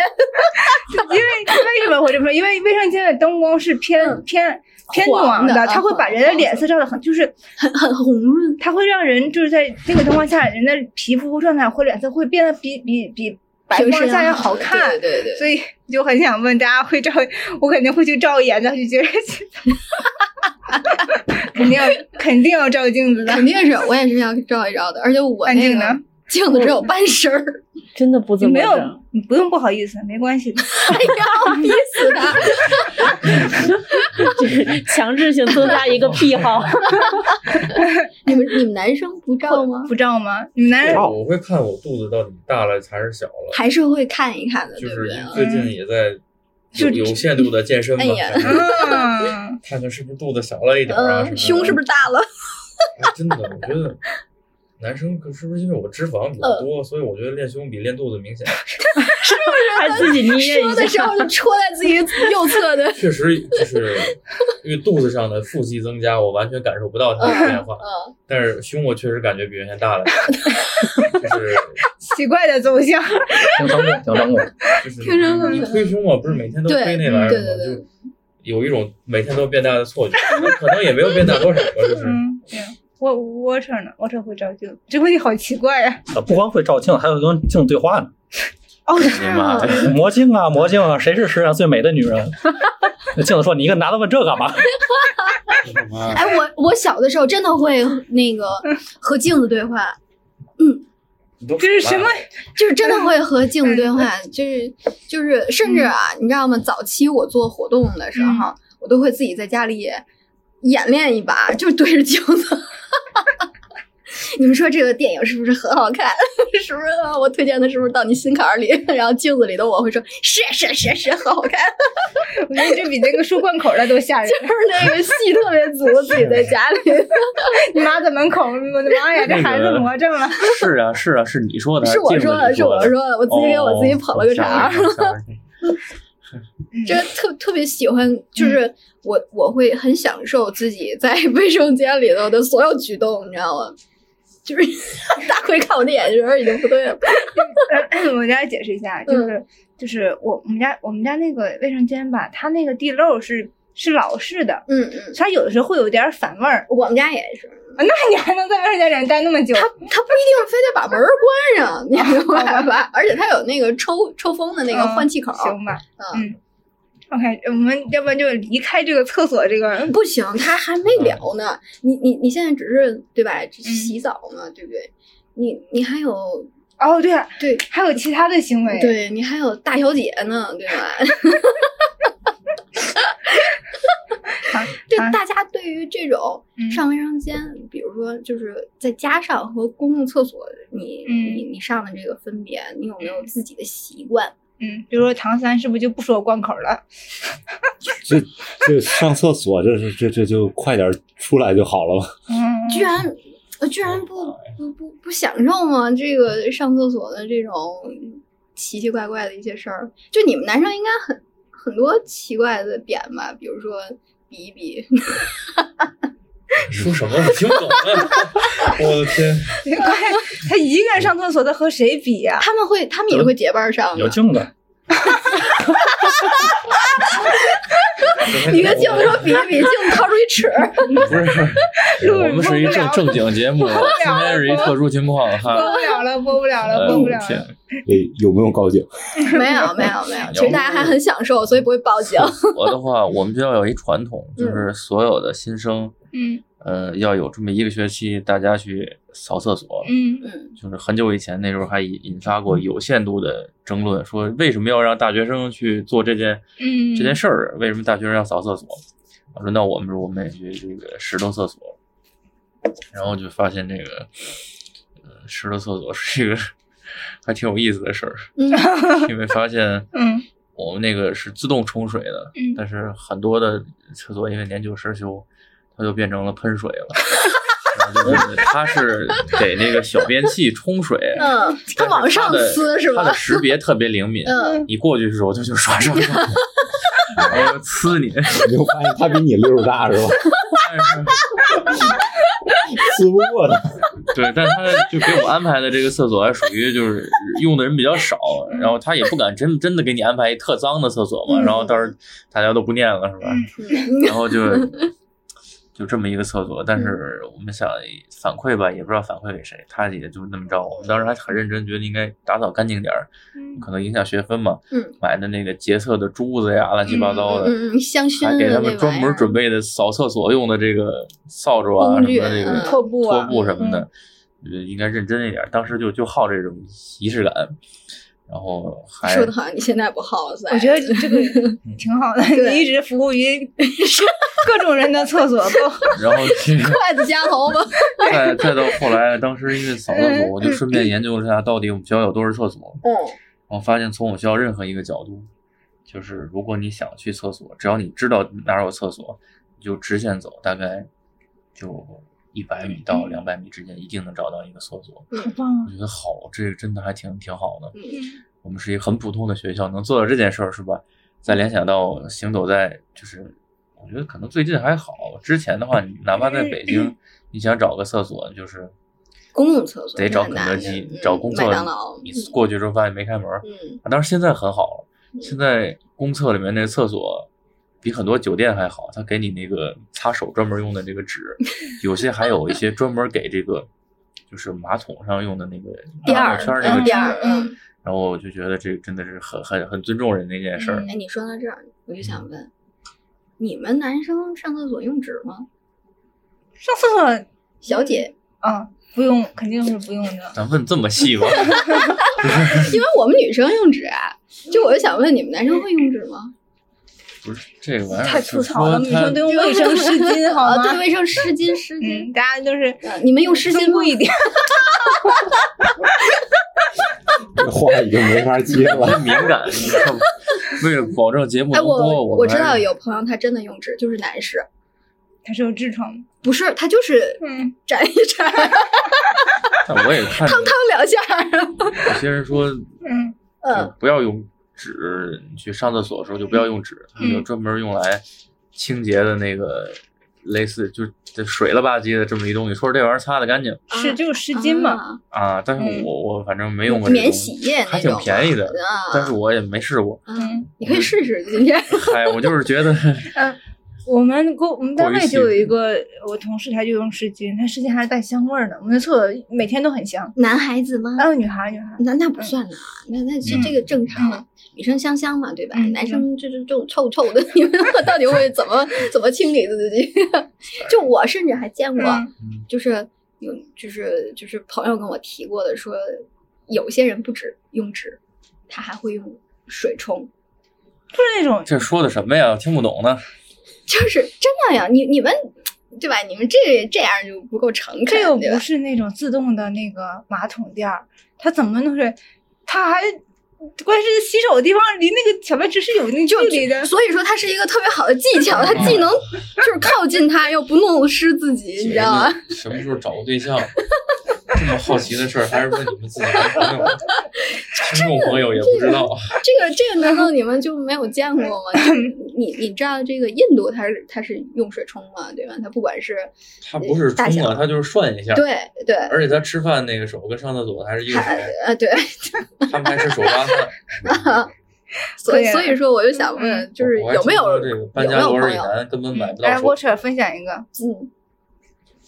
因为为什么会这么说？因为卫生间的灯光是偏偏偏暖
黄的啊
它会把人的脸色照的很，就是
很 很红润，
它会让人就是在那个灯光下，人的皮肤状态或脸色会变得比比比白
平
光
时
下要
要
好看。
对对对
所以就很想问大家会照，我肯定会去照一眼的，就觉得 肯定要肯定要照镜子的。
肯定是我也是要照一照的，而且我
安
那
静
个
呢
镜子只有半身儿，
真的不
你
怎么
没有
着，
你不用不好意思，没关系的。
哎呀，我逼死 他！
就是强制性增加一个癖好。
你们你们男生不照吗？
不照吗？你们男 人
我会看我肚子到底大了还是小了，
还是会看一看的，
就
对不
是
啊对？
最近也在
就
有有限度的健身嘛
嗯哎，呀
看看
嗯，
看看是不是肚子小了一点儿啊，
嗯，胸是不
是？
是大了？
哎真的，我觉得男生可是不是因为我脂肪比较
嗯
多，所以我觉得练胸比练肚子明显。
还自己捏
说
一
的时
下，
候就戳在自己右侧的，
确实就是因为肚子上的腹肌增加，我完全感受不到它的变化，
嗯，
但是胸我确实感觉比原先大了点儿， 就是
奇怪的走向。
挺成功，挺成功。
就是
确实
你推胸嘛，不是每天都推那玩意
对
儿
对对
吗？
对
就有一种每天都变大的错觉，可能也没有变大多少吧，就是
嗯，对我我这呢，我这会照镜子，这问题好奇怪呀、
啊不光会照镜，还会跟镜子对话呢。
哦，
哎 呀妈呀！
魔镜啊，魔镜啊，谁是世界上最美的女人？那镜子说：“你一个男的问这干嘛
哎，我我小的时候真的会那个和镜子对话，
这是什么？
就是真的会和镜子对话，就是就是，甚至啊，你知道吗？早期我做活动的时候，我都会自己在家里演练一把，就对着镜子。 你们说这个电影是不是很好看？ 是不是啊我推荐的？是不是到你心坎儿里？ 然后镜子里的我会说，是是是是，很好看，
我觉得这比那个漱罐口的都吓人。
就是那个戏特别足，自己在家里。
你妈在门口，我的妈呀，这孩子魔怔了。
是啊，是啊，是你说的，
是我
镜子
说的，
里
是我
的。
说的，我自己给我自己捧了个场。
哦。我想起
真的特特别喜欢，
嗯
就是我我会很享受自己在 卫生间里头的所有举动，你知道吗？就是 大奎看我的眼神儿已经不对了，
我给大家解释一下，就是就是我我们家我们家那个卫生间吧，它那个地漏是是老式的，
嗯嗯，
它有的时候会有点反味儿。啊
我们家也是，
那你还能在卫生间里待那么久？
他他不一定非得把门儿关上，你明白吧？而且他有那个抽抽风的那个
嗯
换气口儿，
行吧，
嗯，
嗯。OK，我们要不然就离开这个厕所这个
不行，他还没聊呢，你你你现在只是对
嗯
吧？洗澡嘛，对不对？你你还有
哦，对啊，
对
还有其他的行为，，
对你还有大 小姐呢，对吧？
唐
这
啊
大家对于这种
嗯
上卫生间，比如说就是再加上和公共厕所你、
嗯
你你上的这个分别，你有没有自己的习惯？
嗯，比如说唐三是不是就不说关口了？
这这上厕所，这这这这就快点出来就好了吧？
嗯，
居然呃居然不不不不享受吗？这个上厕所的这种奇奇怪怪的一些事儿，就你们男生应该很很多奇怪的点吧？比如说比一比，
说什么我听不懂了，我的天！
怪他一个人上厕所，他和谁比啊 呀、
他们会他们也会结伴上
有
的。
镜子，
你跟镜子说比一比，镜子掏出一尺。
不是，不是哎我们是一正正经节目，今天是一特殊情况
播
哈。
不了了，播不了了，播
呃
不了了。
啊天，
诶，有没有高警？
没有没有没有，其实大家还很享受，所以不会报警。
我的话，我们学校有一传统，
嗯
就是所有的新生，
嗯
呃，要有这么一个学期，大家去扫厕所。
嗯
嗯，
就是很久以前，那时候还引引发过有限度的争论，说为什么要让大学生去做这件
嗯，
这件事儿？为什么大学生要扫厕所？我说那我们我们也去这个石头厕所，然后就发现这个，呃，石头厕所是一个 还挺有意思的事儿，
嗯
因为发现
嗯
我们那个是自动冲水的，
嗯
但是很多的厕所因为年久失修，它就变成了喷水 了。然后就是它是给那个小便器冲水，
嗯，他往上撕是
它的
吧？
识别特别灵敏，
嗯，
你过去的时候它就刷 刷刷，然后呲你。
你就发现他比你岁数大是吧？
但是
撕不过他。
对，但他就给我们安排的这个厕所还属于就是用的人比较少，
嗯
然后他也不敢真真的给你安排一特脏的厕所嘛，然后到时候大家都不念了是
嗯
吧？然 后就就这么一个厕所，
嗯
但是我们想反馈吧，也不知道反馈给谁，他也就那么着。我们当时还很认真，觉得应该打扫干净点儿，
嗯
可能影响学分嘛。
嗯，
买的那个洁厕的珠子呀，乱七八糟的，
嗯嗯，香薰
还给
的
他
那
们专门准备的扫厕所用的这个扫帚啊，
工
什
具
么这个
嗯
拖布
拖
啊，
布什么的，呃应该认真一点。当时就就好这种仪式感，然后还
说的好像你现在不好似的。
我觉得这个
嗯
挺好的，
对
你一直服务于 各种人的 厕所，包
然后 这个。
筷子夹 头发，
再再到后来，当时因为扫厕所，我就顺便研究了一下到底我们学校有多少厕所。
嗯，
我发现从我们学校任何一个角度，就是如果你想去厕所，只要你知道哪儿有厕所，你就直线走，大概就一百米到两百米之间，一定能找到一个厕所。
好棒啊
我觉得好，这个真的还挺挺好的。
嗯
我们是一个很普通的学校，能做到这件事儿是吧？再联想到行走在，就是我觉得可能最近还好，之前的话，你哪怕在北京，你想找个厕所，就是
公共厕所
得找
很
肯
难
德
的
基
嗯，
找公厕
麦当劳，
你过去之后发现没开门儿。
嗯
啊当然现在很好
嗯
了，现在公厕里面那个厕所比很多酒店还好，它给你那个擦手专门用的那个纸，有些还有一些专门给这个就是马桶上用的 那个
第
马
二
桶圈儿啊那个
第
纸。
二，嗯，
然后我就觉得这真的是很很很尊重人的一件事儿。
哎，你说到这儿，我就想问，你们男生上厕所用纸吗？
上厕所
小 姐，
啊，不用，肯定是不用的。
咱问这么细吗？
因为我们女生用纸啊，就我就想问你们男生会用纸吗？
不是这个玩意儿，
太
就
粗
是
糙了，
说
女生
它
都用卫生湿巾 好
啊，
吗？
对，卫生湿巾，湿
嗯，
巾。
大家都是
呃你们用湿巾吗
中规一点，
这话已经没法接了。
很敏感，你知道吗？ 为了保证节目
哎，
能播，
我
我
我
们
知道
还是
有朋友他真的用纸，就是男士，
他是有痔疮的。
不是他就是
嗯，
展一展，烫
但我也看
两下儿。
有些人说，
嗯，
就
嗯，
不要用纸，你去上厕所的时候就不要用纸，他们
嗯
有专门用来清洁的那个，类似就这水了吧唧的这么一东西，说这玩意儿擦的干净
是就是湿巾嘛，
啊，
啊。但是
嗯
我我反正没用过这
免
东
洗
西，
液
还
那
挺
种，
便宜的，
啊。
但是我也没试过。
嗯，你可以试试今天。
嗨，我就是觉得
我们公我们单
过于
位
细
就有一个我同事，他就用湿巾，他湿巾还是带香味儿的。我们的厕所每天都很香。
男孩子吗？
嗯
啊，女孩儿女孩儿，
那那不算呐，那那这这个正
嗯
常，女生香香嘛，对吧？
嗯
男生就是这种臭臭的， 你们到底会怎么怎么清理自己？ 就我甚至还见过，
嗯
就是有就是就是朋友跟我提过的，说有些人不止用纸，他还会用水冲，
就是那种
这说的什么呀？听不懂呢。
就是真的呀，你你们对吧？你们这这样就不够诚恳，
这又
对
不
吧？
是那种自动的那个马桶垫儿，它怎么弄是？它还关键是洗手的地方离那个小便池是有一定距离的。
所以说，它是一个特别好的技巧，它既能就是靠近它，又不弄湿自己，你知道吗？？
什么时候找个对象？这么好奇的事儿，还是说你们自己 弄？听众朋友也不知道，
这个这个难道你们就没有见过吗？你你知道这个印度它是它是用水冲嘛，对吧？它不管是
他不是
大
冲
小
啊，他就是涮一下。
对对，
而且他吃饭那个手跟上厕所还是一个手，
呃对，
他们还吃手扒饭。
所以
对呀
所以说我就想问， 就是
我还
有没有
听说这个搬
有没
家
有
多少
朋
以
友？哎
南根本买不到
来，
手
哎
哎
我扯分享一个，
嗯，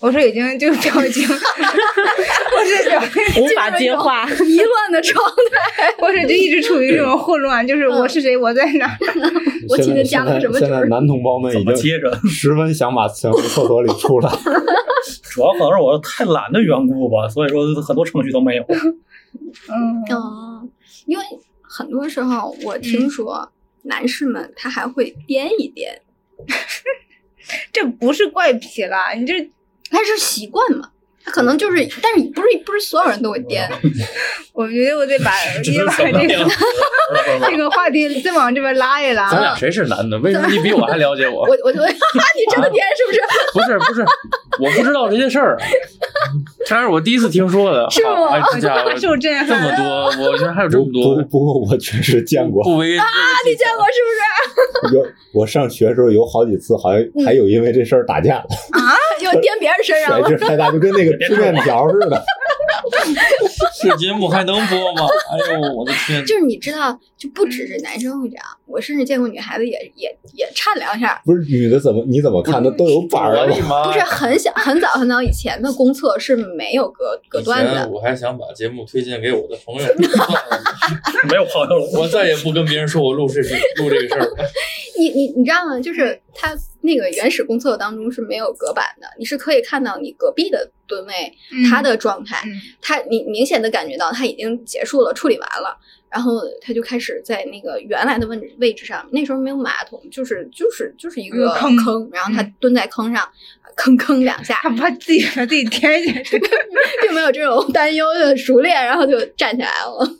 我说已经就表情， 我是表情，
无法接 话。
迷乱的状态，
我是就一直处于这种混乱，就是我是谁，我在哪儿，
我
现
今
在
天加了个什么
现在
汁儿
现在男同胞们
怎
已
么
经
接着？
十分想把从厕所里出来。
主要可能是我太懒的缘故吧，所以说很多程序都没有。
嗯，
嗯，因为很多时候我听说男士们他还会颠一颠，
这不是怪癖啦，你这
他是习惯嘛，他可
嗯
能就是，但是不是不是所有人都会颠，
我觉得我得把
这
得
是
把
怎么
这
样
个？ 这个话题再往这边拉一拉，
咱俩谁是男的？为什么你比我还了解我
我？我就 会，哈哈，你真的颠是不
啊
是？
不是不是，我不知道这些事儿，啊这是我第一次听说的。
是吗
好哎这家 伙
大受震
这
撼
么。多，我觉得还有这
不
么多
不不过我确实见过，
不为啊，
你见过是不是？
有我上学的时候有好几次，好像还有因为这事儿打架了，
又颠别人身上
甩
了。
劲儿太大，就跟那个吃面条似的。
这节目还能播吗？哎呦，我的天！
就是你知道，就不只是男生会这样，我甚至见过女孩子也也也颤两下。
不是女的怎么你怎么看的都有板儿
我
了
的，妈！
不
啊
是很小很早很早以前的公厕是没有隔隔
以
断的
前，我还想把节目推荐给我的朋友，
没有朋友了，
我再也不跟别人说我录这事录这个事儿了。
你你你知道吗？
嗯
就是它那个原始公厕当中是没有隔板的，你是可以看到你隔壁的蹲位它的状态，
嗯
它你明显的感觉到它已经结束了，处理完了，然后它就开始在那个原来的位置位置上，那时候没有马桶，就是就是就是一个
嗯坑
然后它蹲在坑上，吭吭两下，
他 把自己把自己填起来，
并没有这种 担忧的熟练，然后就站起来了。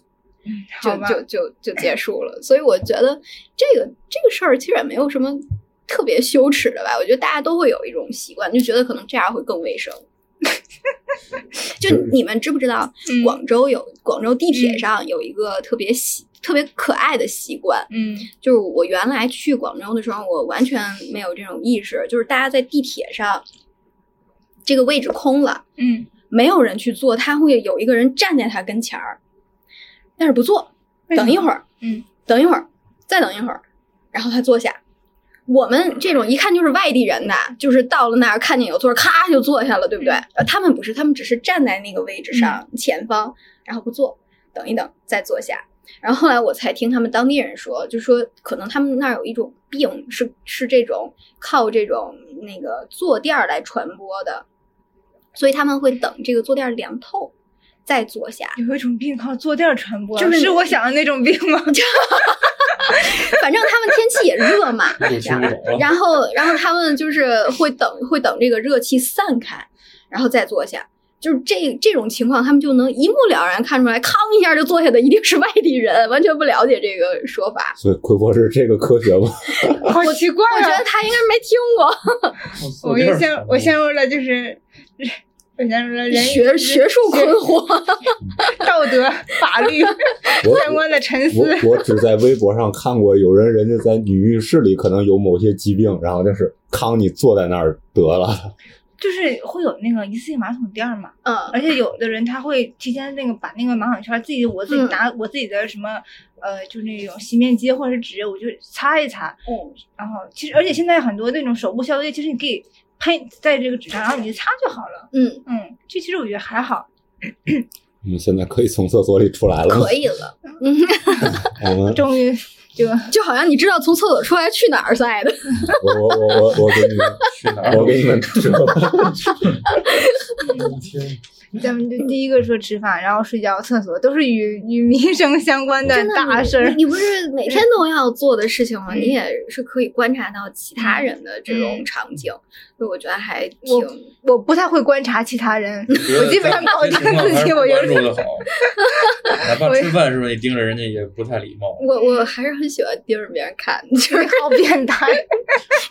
好
就
吧？
就就就结束了。所以我觉得这个这个事儿其实也没有什么特别羞耻的吧。我觉得大家都会有一种习惯，就觉得可能这样会更 卫生。就你们知不知道，
嗯
广州有广州地铁
嗯
上有一个特别习、特别可爱的习惯，
嗯
就是我原来去广州的时候，我完全没有这种意识，就是大家在地铁上这个位置空了，
嗯，
没有人去做，他会有一个人站在他跟前儿，但是不做，
为什么
等一会儿，
嗯，
等一会儿，再等一会儿，然后他坐下。我们这种一看就是外地人的，就是到了那儿看见有座儿，咔就坐下了，对不对？
嗯
呃他们不是，他们只是站在那个位置上、前方，然后不坐，等一等再坐下。然后后来我才听他们当地人说，就说可能他们那儿有一种病是是这种靠这种那个坐垫儿来传播的，所以他们会等这个坐垫儿凉透再坐下。
有一种病靠坐垫儿传播，
就是
是我想的那种病吗？
反正他们天气也热嘛，
又听不懂了。
哎然后然后他们就是会等会等这个热气散开，然后再坐下。就是这这种情况，他们就能一目了然看出来，康一下就坐下的一定是外地人，完全不了解这个说法。
所以奎博士这个科学吗？
好奇怪
我觉得
啊！
他应该没听过，
我就陷我陷入了就是，我陷入了啊人
学学术困惑。
道德、法 律
我
相关的沉思。
我我只在微博上看过有人人家在女浴室里可能有某些疾病，然后就是康你坐在那儿得了，
就是会有那个一次性马桶垫儿嘛，
嗯，
而且有的人他会提前那个把那个马桶圈儿自己，我自己
嗯
拿我自己的什么，呃，就是那种洗面机或者是纸，我就擦一擦。然后其实，而且现在很多那种手部消毒液，其实你可以喷在这个纸上，然后你就擦就好了。
嗯，
嗯，这其实我觉得还好。
我们现在可以从厕所里出来了吗
可。以了。
我们
终于就
就好像你知道从厕所出来去哪儿塞的。
我我我我我给你们，
去哪儿？
我给你 们折。
咱们就第一个说吃饭，然后睡觉、厕所，都是与与民生相关的大事儿嗯
你。你不 是每天都要做的事情吗？你也是可以观察到其他人的这种场景，所以我觉得还挺
我不太会观察其他人，
我
我基本上把我当自己，我就
关
是
注的好。
啊
哪 怕吃饭是不是你盯着人家也不太礼貌？
我我还是很喜欢盯着别人看，就是
好 变态。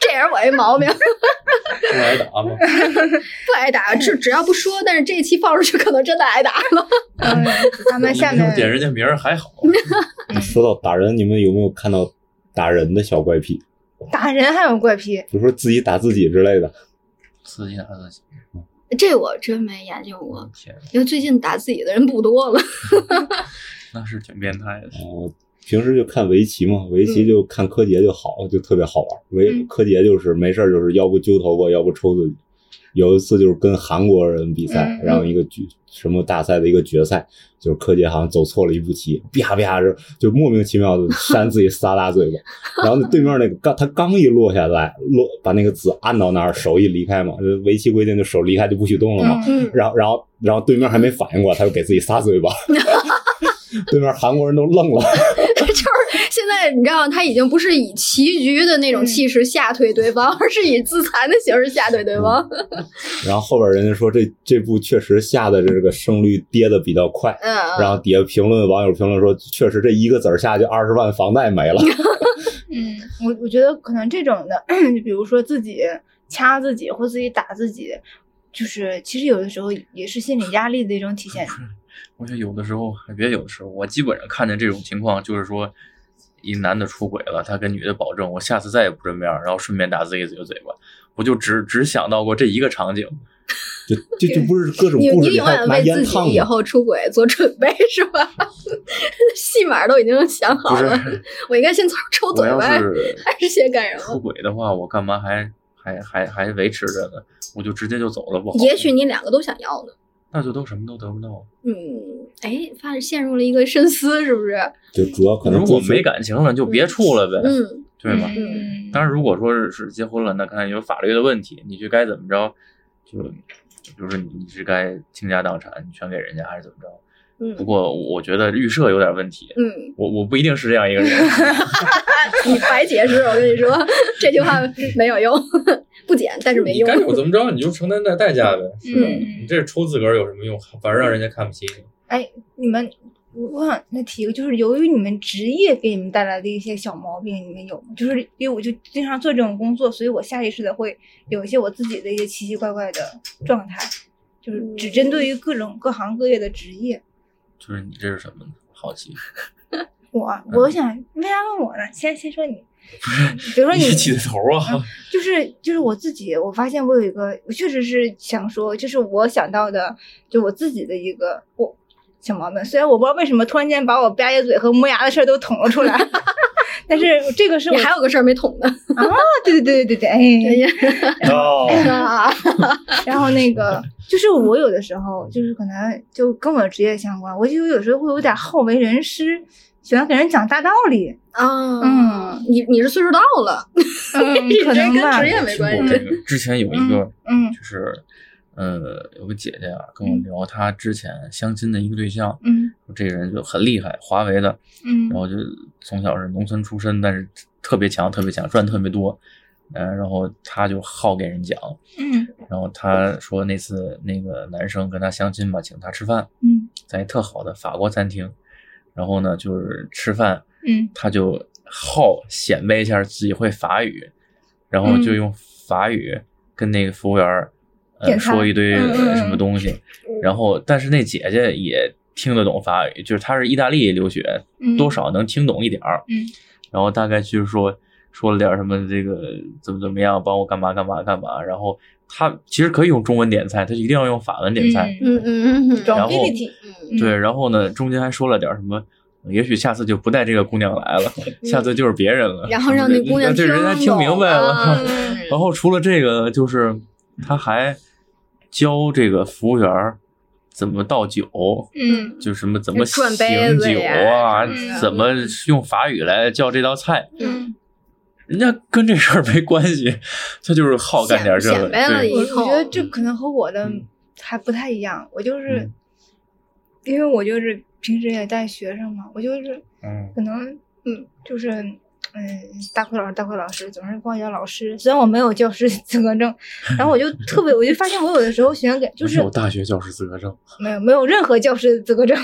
这也是我一毛病，
不挨打嘛。
不挨打，只只要不说，但是这一期放出去可能真的挨打了。
嗯，咱们下
你没有
面
点人家名儿还好，
啊
说到打人，你们有没有看到打人的小怪癖？
打人还有怪癖，
比如说自己打自己之类的。
刺激打自己，
这我真没研究过，
天，
因为最近打自己的人不多了。
那是挺变态的。
我平时就看围棋嘛，围棋就看柯洁就好，就特别好玩。围
嗯
柯洁就是没事儿就是要不揪头发，要不抽自己。有一次就是跟韩国人比赛
嗯，嗯
然后一个决什么大赛的一个决赛，就是柯洁好像走错了一步棋，啪啪就就莫名其妙的扇自己仨大嘴巴，然后那对面那个刚他刚一落下来，落把那个子按到那儿，手一离开嘛，就围棋规定就手离开就不许动了嘛，
嗯，
嗯，
然后然后然后对面还没反应过来，他就给自己仨 嘴巴，对面韩国人都愣了。
就是现在你知道，他已经不是以棋局的那种气势吓退对方，而是以自残的形式吓退对方。
然后后边人家说这这部确实下的这个胜率跌的比较快，
嗯，
然后底下评论网友评论说，确实这一个子儿下就二十万房贷没 了。
嗯，我我觉得可能这种的，就比如说自己掐自己或自己打自己，就是其实有的时候也是心理压力的一种体现。
我觉得有的时候，别有的时候，我基本上看见这种情况，就是说，一男的出轨了，他跟女的保证我下次再也不这么样，然后顺便打自己嘴嘴巴，我就只只想到过这一个场景。
就就就不是各种
你
故事
你
里
永
还
远
拿
为
烟
自
烫
己以
吗？
后出轨做准备是吧？ 戏码都已经想
不
好
是
了，，我应该先抽抽
我
嘴
要
巴，
是
还是先干什
出
么？
轨的话，我干嘛还还还还维持着呢？我就直接就走了不好吗？
也许你两个都想要呢。
那就都什么都得不到。
嗯，哎，发现陷入了一个深思，是不是？
就主要可能
如果
就是
没感情了，就别处了呗，
嗯，
对吧？
嗯，
当然，如果说是是结婚了，那看有法律的问题，你去该怎么着，就比如说你你是该倾家荡产，你全给人家，还是怎么着？
嗯
不过我觉得预设有点问题，
嗯，
我我不一定是这样一个人，
你白解释，我跟你说， 这句话没有用， 不简，但是 没
你
用
该。有怎么着你就承担代代价呗，是吧？
嗯
你这抽自个儿有什么用？反而让人家看不起你。
你们，我我想那提一个，就是由于你们职业给你们带来的一些小毛病，你们有吗？就是因为我就经常做这种工作，所以我下意识的会有一些我自己的一些奇奇怪怪的状态，就是只针对于各种各行各业的职业。
就是你这是什么呢？好奇，
我啊我想为啥问我呢？先先说你，比如说你
你起的头
嗯
啊，
就是就是我自己，我发现我有一个，我确实是想说，就是我想到的，就我自己的一个我小毛病。虽然我不知道为什么突然间把我吧唧嘴和磨牙的事儿都捅了出来， 但是这个是
你
我
还有个事儿没捅呢，
对对对对
嗯
对，哎，
哦，
啊，
然后那个就是我有的时候就是可能就跟我的职业相关，我就有时候会有点好为人师，喜欢给人讲大道理，
嗯，你你是岁数到了，
嗯
这，
可
跟
能吧
职，业没
听
关
过
系
这。个，之前有一个
嗯
就是。呃，有个姐姐啊，跟我聊她之前相亲的一个对象，
嗯
说这个人就很厉害，华为的，
嗯
然后就从小是农村出身，但是特别强，特别强，赚特别多。嗯、然后他就好给人讲，
嗯
然后他说那次那个男生跟他相亲嘛，请他吃饭，
嗯
在一特好的法国餐厅，然后呢就是吃饭，
嗯
他就好显摆一下自己会法语，然后就
嗯
用法语跟那个服务员儿、
点
呃
餐
说一堆
嗯嗯嗯
什么东西，然后但是那姐姐也听得懂法语，就是她是意大利留学，
嗯，
多少能听懂一点儿，
嗯，
然后大概就是说说了点儿什么这个怎么怎么样，帮我干嘛干嘛干嘛，然后他其实可以用中文点菜，他就一定要用法文点菜，
嗯
嗯嗯嗯
然后
Probability
嗯，
对，然后呢中间还说了点儿什么。哎也许下次就不带这个姑娘来了，下次就是别人了。
嗯然后让那姑娘
这人还听
懂
明白了。
啊
然后除了这个，就是他还教这个服务员儿怎么倒酒，
嗯
就什么怎么
转杯
醒
子
酒
呀
啊
嗯，
怎么用法语来叫这道菜，
嗯，
人家跟这事儿没关系，他就是好干点这
显
个。
显摆了
对
我我
一通
觉得这可能和我的
嗯
还不太一样，我就是、因为我就是平时也带学生嘛，我就是
嗯，
可能嗯，就是嗯，大奎老师，大奎老师总是光叫老师，虽然我没有教师资格证，然后我就特别，我就发现我有的时候喜欢给就是
没有大学教师资格证，
没有没有任何教师资格 证，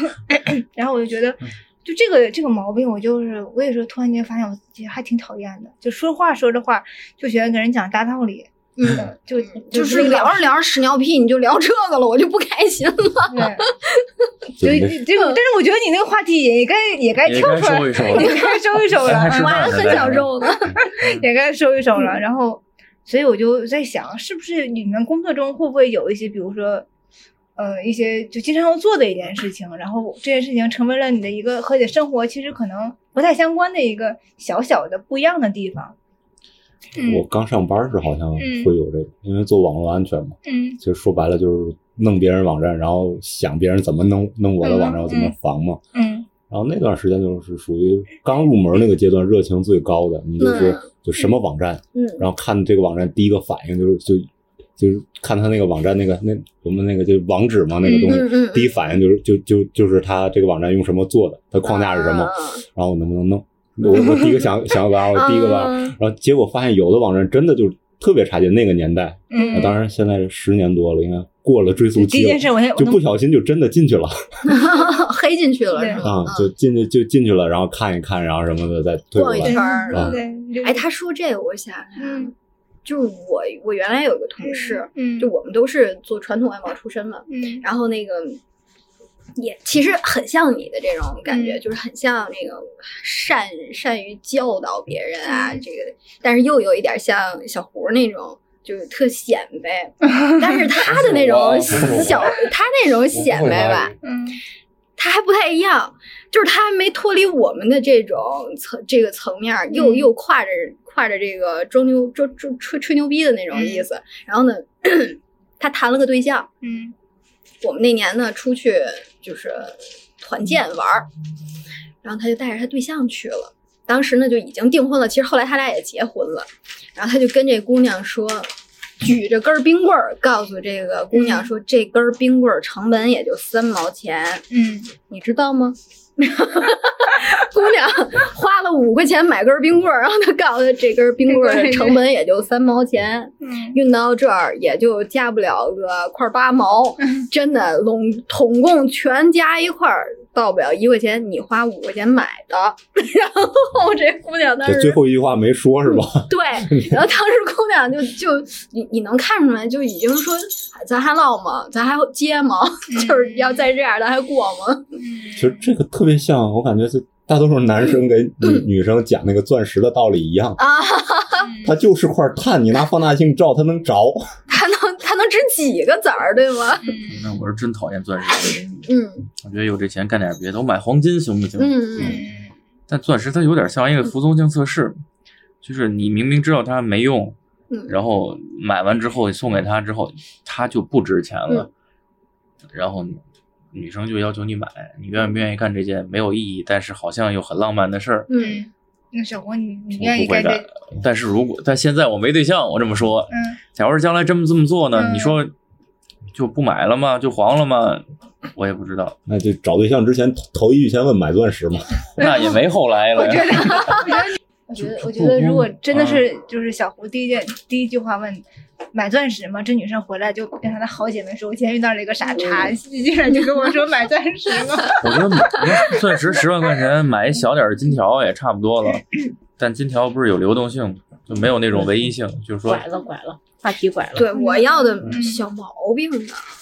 然后我就觉
嗯
得。就这个这个毛病，我就是我有时候突然间发现我自己还挺讨厌的，就说话说着话就喜欢给人讲大道理，
嗯，
就
就是聊着聊着屎尿屁，你就聊这个了，我就不开心了。
对，所
对
以这个，但是我觉得你那个话题也也该也该
也
跳
该
出来，
收一收 了
也。该收一收了，
还是
嗯
我还 很享受呢。
也该收一收了。然后，所以我就在想，是不是你们工作中会不会有一些，比如说，呃，一些就经常要做的一件事情，然后这件事情成为了你的一个和你的生活其实可能不太相关的一个小小的不一样的地方。
我
嗯
刚上班时好像会有这个，因为做网络安全嘛，
嗯
就说白了就是弄别人网站，然后想别人怎么弄弄我的网站，我怎么防嘛。
嗯
然后那段时间就是属于刚入门那个阶段，热情最高的，你就是
嗯
就什么网站，
嗯
然后看这个网站第一个反应就是就就是看他那个网站那个那我们那个就网址嘛那个东西，
嗯嗯嗯
第一反应就是就就就是他这个网站用什么做的，它框架是什么，
啊嗯
然后我能不能弄？我我第一个想想法，我第一个吧，
嗯
然后结果发现有的网站真的就是特别差劲，那个年代，啊
嗯，
当然现在十年多了，应该过了追溯
第
期
一
了
件。事我先我
就
能
不小心就真的进去了
黑进去了
对
是吧？ 嗯
啊，就进去就进去了，然后看一看，然后什么的再退
逛
回
一
来
圈。
儿
啊
对，
哎，他说这个，我想想看，
嗯
就是我我原来有一个同事，
嗯
就我们都是做传统外贸出身嘛，
嗯
然后那个也其实很像你的这种感觉，
嗯
就是很像那个善善于教导别人啊，
嗯
这个，但是又有一点像小胡那种。就是特显摆， 但是他的那种
不是我不是我
小，他那种显
我不会
摆吧
法，语
嗯
他还不太一样，就是他还没脱离我们的这种层这个层面儿，又
嗯
又跨着跨着这个装牛装装吹吹牛逼的那种意思。然后呢，他谈了个对象，
嗯
我们那年呢出去就是团建玩儿，然后他就带着他对象去了。当时呢就已经订婚了，其实后来他俩也结婚了。然后他就跟这姑娘说，举着根儿冰棍儿，告诉这个姑娘说，这根儿冰棍儿成本也就三毛钱。
嗯
你知道吗？ 姑娘花了五块钱买根冰棍儿，然后她告诉她这根冰棍儿的成本也就三毛钱，
嗯
运到这儿也就加不了个块儿八毛，真的拢统共全加一块儿到不了一块钱，你花五块钱买的。 然后这姑娘当
就最
时
后一句话没说是吧？
对，然后当时姑娘就就你你能看出来，就已经说哎咱还唠吗？咱还接吗？ 就是要再这样咱还过吗？
嗯，
其实这个特别像，我感觉是大多数男生给
嗯
女女生讲那个钻石的道理一样，
啊，
它就是块碳，你拿放大镜照它能着。
他能他能值几个子儿，对吗？
那我是真讨厌钻石，
嗯
我觉得有这钱干点别的，我买黄金行不行？
嗯嗯
但钻石它有点像一
嗯
个服从性测试，就是你明明知道它没用，
嗯，
然后买完之后送给他之后，他就不值钱了，
嗯
然后女生就要求你买，你愿不愿意干这件没有意义，但是好像又很浪漫的事儿？
嗯
嗯，那小红你你愿
我
意
不会
干这
干？。但是如果但现在我没对象，我这么说，
嗯
假如是将来这么这么做呢？
嗯
你说就不买了吗？就黄了吗？我也不知 道，
那就找对象之前头一句先问买钻石嘛，
那也没后来了。
我觉得，
就
我觉得，
就
如果
不
真的
啊
是就是小胡第一件第一句话问买钻石吗？这女生回来就跟她的好姐妹说，我今天遇到了一个傻叉， 竟然就跟我说买钻石吗？
我觉得买 钻石十万块钱买一小点儿的金条也差不多 了，但金条不是有流动性，就没有那种唯一性，就是说
拐了拐了，话题拐了。
对我要的小毛病呢，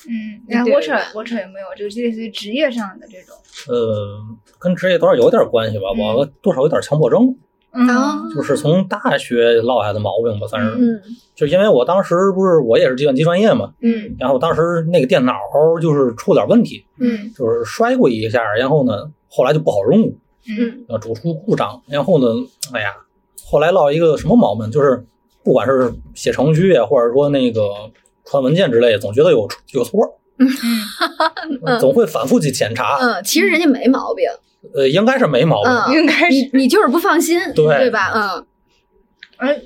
嗯，然后
对
我扯
吧
我扯也没有，就是类似于职业上的这种。
呃，跟职业多少有点关系吧，
嗯
我多少有点强迫症，
啊
嗯，
就是从大学落下的毛病吧，算是。
嗯
就因为我当时不是我也是计算机专业嘛，
嗯
然后当时那个电脑就是出了点问题，
嗯
就是摔过一下，然后呢，后来就不好用，
嗯
嗯
呃，主出故障，然后呢，哎呀，后来落一个什么毛病，就是不管是写程序啊，或者说那个传文件之类的，总觉得有有错，总会反复去检查，
嗯，其实人家没毛病，
呃，应该是没毛病。
嗯，
应该是
你你就是不放心，
对
对吧？嗯，
安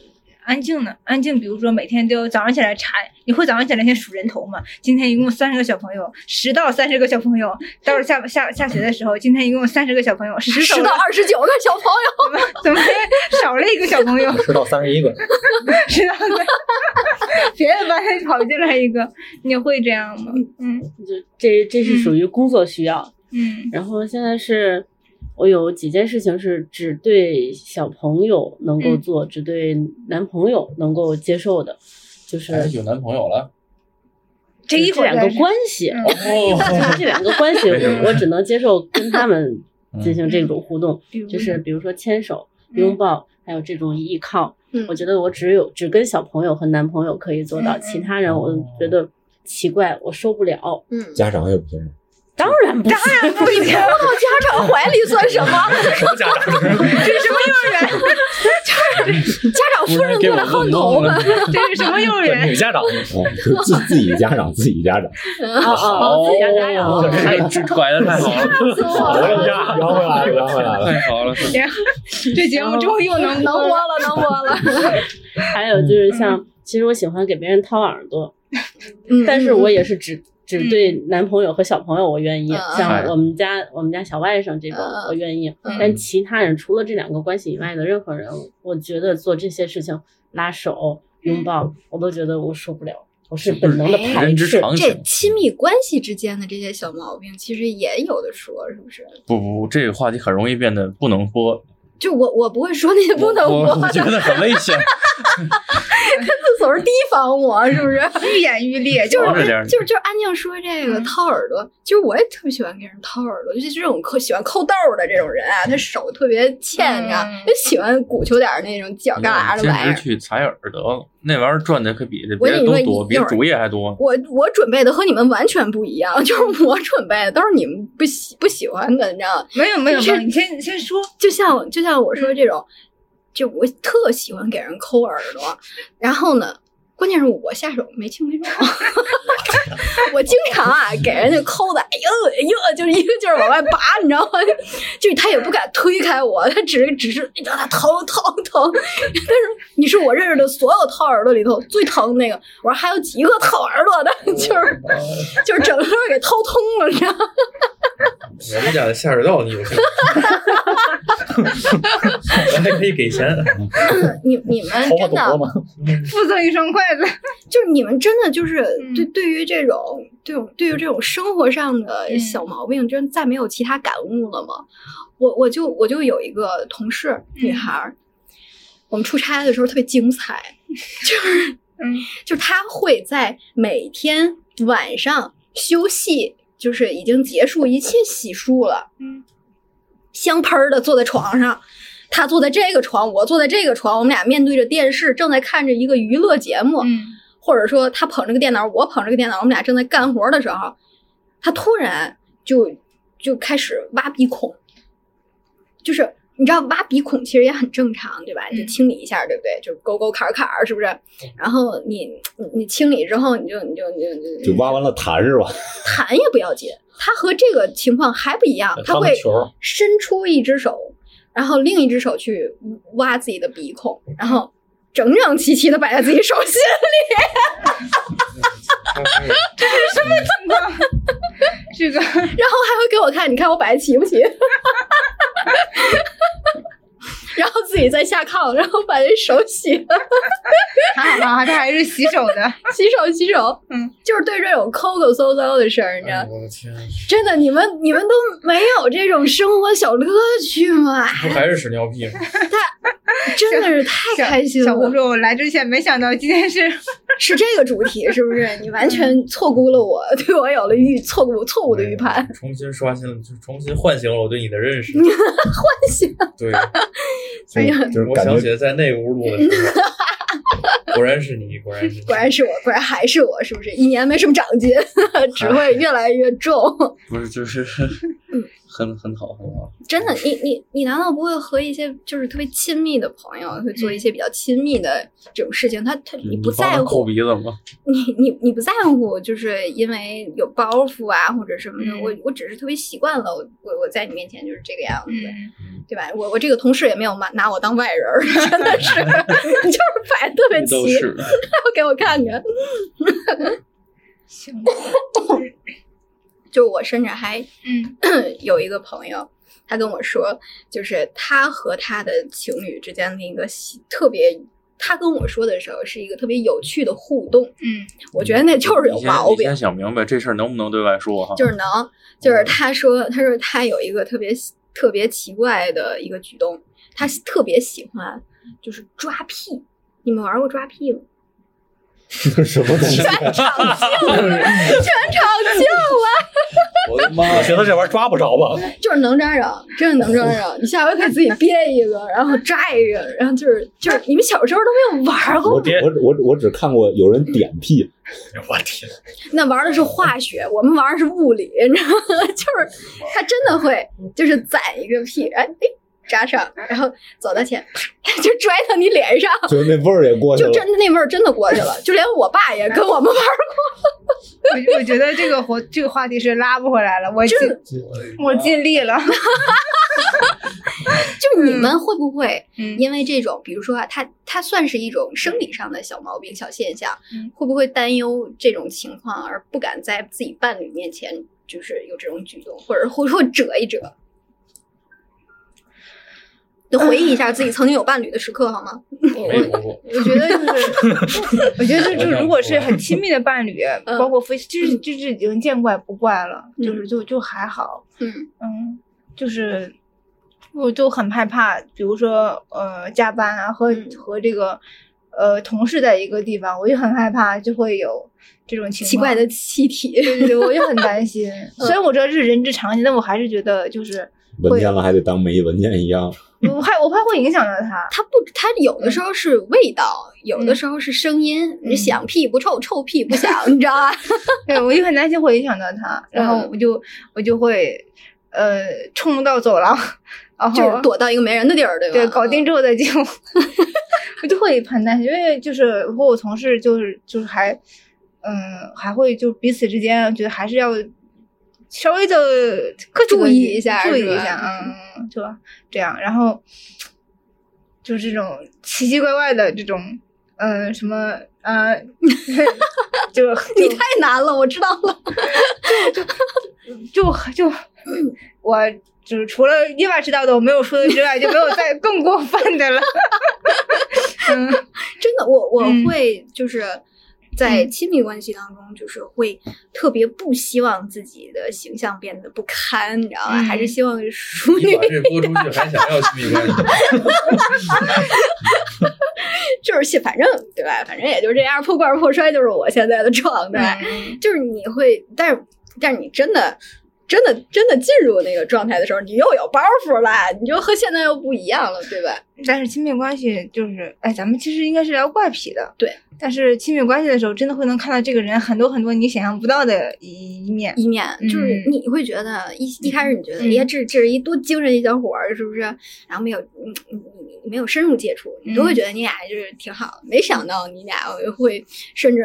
安静呢？安静，比如说每天都早上起来查，你会早上起来先数人头吗？今天一共三十个小朋友，十到三十个小朋友，到了下下下学的时候，今天一共三十个小朋友，十
十到二十九个小朋友，
怎么怎么少了一个小朋友？
十到三十一个，
知道吗？别的班跑进来一个，你会这样吗？嗯
就这这是属于工作需要，
嗯
然后现在是，我有几件事情是只对小朋友能
嗯
够做，只对男朋友能够接受的，就是
哎有男朋友了，
这一
这
会儿
两个关系，
嗯
就是这两个关系，我我只能接受跟他们进行这种互动，
比如呢
就是比如说牵手、
嗯
拥抱，还有这种依靠。
嗯
我觉得我只有只跟小朋友和男朋友可以做到，
嗯嗯
其他人我觉得奇怪，我受不了。
嗯，
家长也不行吗？
当然不是，
不行，
抱到家长怀里算什么？
什么家长？
这是什么幼 儿园？
家长夫人
给
过
我
来薅
弄
你
懵
头
了
发，，
这是什么 幼儿
女
园？
家 长，
哦，就自自己家长，自己 家长，
哦哦，自己家家长，
这拐的太好了，
死我了！
了家，摇回 来了，摇回来
哎
了。
太好了，
这节目终于又能
哎能播
播了。
了，能播了。
还有就是像，其实我喜欢给别人掏耳朵，
嗯
但是我也是只只对男朋友和小朋友我愿意
嗯嗯，
像
嗯
我们家我们家小外甥这种
嗯嗯
我愿意
嗯，
但其他人除了这两个关系以外的任何人，我觉得做这些事情拉手、拥
嗯
抱，我都觉得我受不了，我是本能的排
人之
斥。
常
哎这
情。
亲密关系之间的这些小毛病，其实也有的说，是不是？
不不不，这个话题很容易变得不能播，
就我我不会说那些 不能
我
播
我
的，
觉
他
得很危 险。
总是提防我，是不 是？
愈演愈烈，就
就是
防着点儿
就是就是安静说这个
嗯
掏耳朵，其实我也特别喜欢给人掏耳朵，就是这种抠喜欢抠豆儿的这种人啊，
嗯
他手特别欠着
嗯，
就喜欢鼓秋点儿那种
嗯
犟旮旯的玩意
兼
儿
职。去采耳得了，那玩意儿赚的可比这
我
别
跟
的
你说
都多，比
一会儿
主业还多。
我我准备的和你们完全不一样， 就是我准备的都是你们不喜不喜欢的，你知道吗？
没有没有没
就
有，
是
你先你先说，
就像就像我说这种，就我特喜欢给人抠耳朵，然后呢，关键是我下手没轻 没重，我经常啊给人家抠的，哎呦哎呦，就是一个劲儿往外拔，你知道吗？就是他也不敢推开我，他只是只是你知道他疼疼疼，但是你是我认识的所有掏耳朵里头最疼的那个，我说还有几个掏耳朵的，就是 就是整个给掏通了，你知道吗？
我们家的下水道你 有兴趣？我还可以给钱，
你你们
头发
真的
多吗？
附赠一双筷子。
就是你们真的就是
嗯
对对于这种对种对于这种生活上的
嗯
小毛病，真再没有其他感悟了吗？我我就我就有一个同事
嗯
女孩儿，我们出差的时候特别精彩，就是
嗯
就是她会在每天晚上休息，就是已经结束一切洗漱了，
嗯，
香喷儿的坐在床上，她坐在这个床，我坐在这个床，我们俩面对着电视，正在看着一个娱乐节目，
嗯
或者说他捧着个电脑，我捧着个电脑，我们俩正在干活的时候，他突然就就开始挖鼻孔，就是你知道挖鼻孔其实也很正常，对吧？
嗯
你就清理一下，对不对？就沟沟坎儿坎儿，是不是？然后你你你清理之后，你就你就你就你
就挖完了痰是吧？
痰也不要紧，他和这个情况还不一样，啊他
他们
会
球儿
伸出一只手，然后另一只手去挖自己的鼻孔，然后整整齐齐的摆在自己手心。
这 个
然后还会给我看，你看我摆的齐不 齐？然后自己再下炕，然后把这手洗了，
还好吧，他还是洗手的。
洗手洗手，
嗯，
就是对这种抠抠搜搜的事儿，你知
嗯
道，
哎我的天，
真的，你们你们都没有这种生活小乐趣吗？
不还是屎尿屁吗？
真的是太
小
开心
小胡
了，
说：“我来之前没想到今天是
是这个主题是不是？你完
嗯
全错估了我，对我有了预错估错误的预判，
重新刷新了，就重新唤醒了我对你的认识。
关系
对，
哎呀
就是
我
感
想
觉
起来在那屋录的时候，果然是你，果然是你，
果然是我，果然还 是我，是不是？一年没什么长进，只会越来越重。
不是，就是
嗯，
很很好很好。
真的，你你你难道不会和一些就是特别亲密的朋友会做一些比较亲密的这种事情？他他你不
嗯帮
在
他抠
乎，
鼻子吗？
你你你不在乎，就是因为有包袱啊或者什么的。我我只是特别习惯了，我我我在你面前就是这个样子，
嗯
对吧？我我这个同事也没有拿拿我当外人儿， 真的是就是摆得特别
都
齐，
是
要给我看看。
行，
就我甚至还
嗯
有一个朋友，他跟我说，就是他和他的情侣之间的一个喜特别，他跟我说的时候是一个特别有趣的互动，
嗯
我觉得那 就是有
嗯你先嗯
毛
你
病
先，想明白这事儿能不能对外说哈？
就是能，就是他说，他说他有一个特别喜特别奇怪的一个举动，他喜特别喜欢就是抓屁，你们玩过抓屁 吗？
什么东西？
全场叫啊！
我的妈！
我觉得这玩意儿抓不着吧？哎
就是能抓着，真的能抓着。你下回可以自己编一个，然后抓一个，然后就是就是你们小时候都没有玩过
我只我只我只我只看过有人点屁，
我天，
那玩的是化学，我们玩的是物理，你知道吗？ 就是他真的会，就是攒一个屁，哎哎，扎上，然后走到前，啪 就拽到你脸上，
就是那味儿也过去
就
了
真。的那味儿真的过去了，就连我爸也跟我们玩过。
我我觉得这个活这个话题是拉不回来了，我尽我尽力了。
就你们会不会
嗯
因为这种，比如说啊，它它算是一种生理上的小毛病、小现象
嗯，
会不会担忧这种情况而不敢在自己伴侣面前就是有这种举动，或者或者折一折？就回忆一下自己曾经有伴侣的时刻好吗？
没有过。
我觉得就是，我觉得就就如果是很亲密的伴侣，
嗯
包括夫妻，就是就是已经见怪不怪了，
嗯
就是就就还好，
嗯
嗯，就是我就很害怕，比如说呃加班啊，和
嗯
和这个呃同事在一个地方，我就很害怕就会有这种情
奇怪
况
的气体，
对对对，我就很担 心。虽然我知道这是人之常情，但我还是觉得就是
闻见了还得当没闻见一样。
我害我怕会影响到 他。
它不，它有的时候是味道，有
嗯
的时候是声音。你响屁不臭，臭屁不响，你知道 吧？
啊对，我就很担心会影响到他，然后
嗯
我就我就会呃冲到走廊，然后
就是躲到一个没人的地儿，对吧？嗯
对搞定之后再进 屋，我就会很担心，因为就是和我同事就是就是还嗯还会就彼此之间觉得还是要稍微的各
注意一下
注意
是
一
吧
下，嗯嗯，就这样，然后就这种奇奇怪怪的这种嗯、呃什么呃 就
你
就
太难了，我知道了。
就就我就是除了意外知道的我没有说的之外，就没有再更过 分 的了。嗯
真的，我我
嗯
会就是在
嗯
亲密关系当中，就是会特别不希望自己的形象变得不堪，你知道吧？
嗯
还是希望淑
你
女
把，这播出去，还想要亲密关 系？
就是反正对吧？反正也就这样，破罐破摔就是我现在的状态。
嗯
就是你会，但是但是你真的。真的，真的进入那个状态的时候，你又有包袱了，你就和现在又不一样了，对吧？
但是亲密关系就是，哎，咱们其实应该是聊怪癖的。
对。
但是亲密关系的时候，真的会能看到这个人很多很多你想象不到的一一面。
一面，就是
嗯
你会觉得一一开始你觉得，哎
嗯
呀，这这是一多精神一小伙儿，是不是？然后没有，嗯你你你没有深入接触，你都会
嗯
觉得你俩就是挺好。没想到你俩会，甚至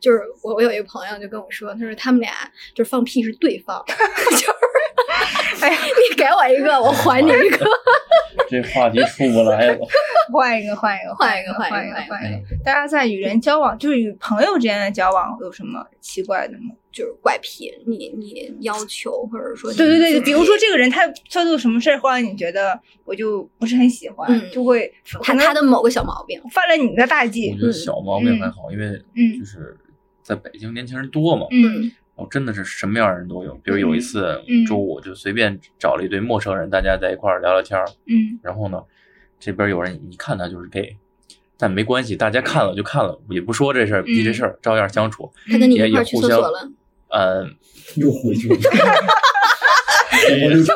就是我我有一个朋友就跟我说，他说他们俩就是放屁是对放， 就是
哎呀，
你给我一个，我还你一个。
这话题出不来了。
嗯
换一个，换一个，
换一
一
个
个，
换
换
一个
个，
换
换一个。大家在与人交往，就是与朋友之间的交往，有什么奇怪的吗？
就是怪癖，你你要求或者说你
对对对，
自
比如
己
说这个人他他做什么事儿，会让你觉得我就不是很喜欢，
嗯
就会可
他
能
他的某个小毛病，
犯了你的大忌
我觉。得小毛病还好，因为
嗯
就是在北京年轻人多嘛，
嗯
然哦后真的是什么样的人都有。比如有一次
嗯
周五，就随便找了一堆陌生人，大家在一块儿聊聊天儿。
嗯
然后呢，这边有人一看他就是 gay，但没关系，大家看了就看了，也不说这事儿，不
嗯
提这事儿，照样相处。
他跟你
也
一块
也
儿去
互
厕
相
所了，，
嗯，
又回 去了。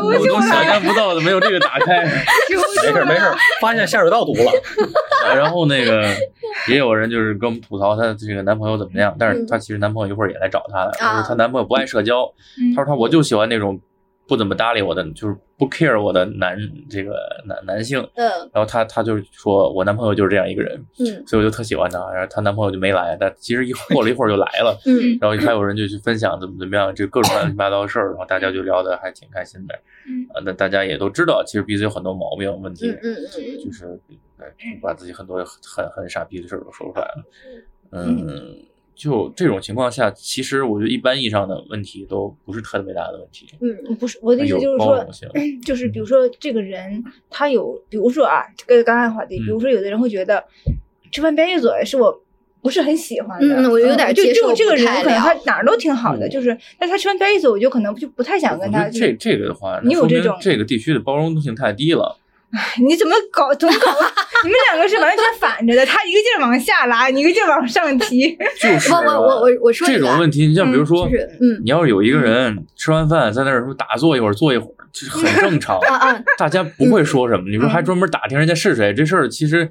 我都 想象不到怎么有这个打开。
没事没 事，发现下水道堵了，
然后那个也有人就是跟我们吐槽她这个男朋友怎么
嗯
样，
啊嗯
但是她其实男朋友一会儿也来找她，她说她男朋友不爱社交，她说她我就喜欢那种不怎么搭理我的，就是不 care 我的男这个男男性。
嗯
然后她她就是说我男朋友就是这样一个人，
嗯
所以我就特喜欢他。然后她男朋友就没来，但其实一过了一会儿就来了。
嗯
然后还有人就去分享怎么怎么样，这各种乱七八糟的事儿，然后大家就聊得还挺开心的。
嗯
啊，那大家也都知道，其实彼此有很多毛病问题，
嗯嗯嗯
就是呃把自己很多很很傻逼的事儿都说出来了。嗯，就这种情况下，其实我觉得一般意义上的问题都不是特别大的问题，
嗯
不是我的意思
有
就是
包
说
容，性。 嗯
就是比如说这个人他有，比如说啊，跟刚才话题，比
嗯
如说有的人会觉得吃饭边一嘴是我不是很喜欢的，
嗯我有点
就
接
这
受
个这
不
个人
太
可能他
了
哪儿都挺好的，就是但他吃饭边一嘴，我就可能就不太想
嗯我
跟
觉
他
得这
去。
这个的话，
你有
说明
这种
这个地区的包容性太低了。
你怎么搞？怎么搞啊？你们两个是完全反着的，他一个劲儿往下拉，你一个劲儿往上提。
就是
我我我我我说
这
一个
种
啊
问题，你像比如说，
就是嗯。
你要是有一个人吃完饭在那儿说打坐一会儿，坐一会儿，这是很正常
啊啊，
大家不会说什么。你说还专门打听人家是谁，这事儿其实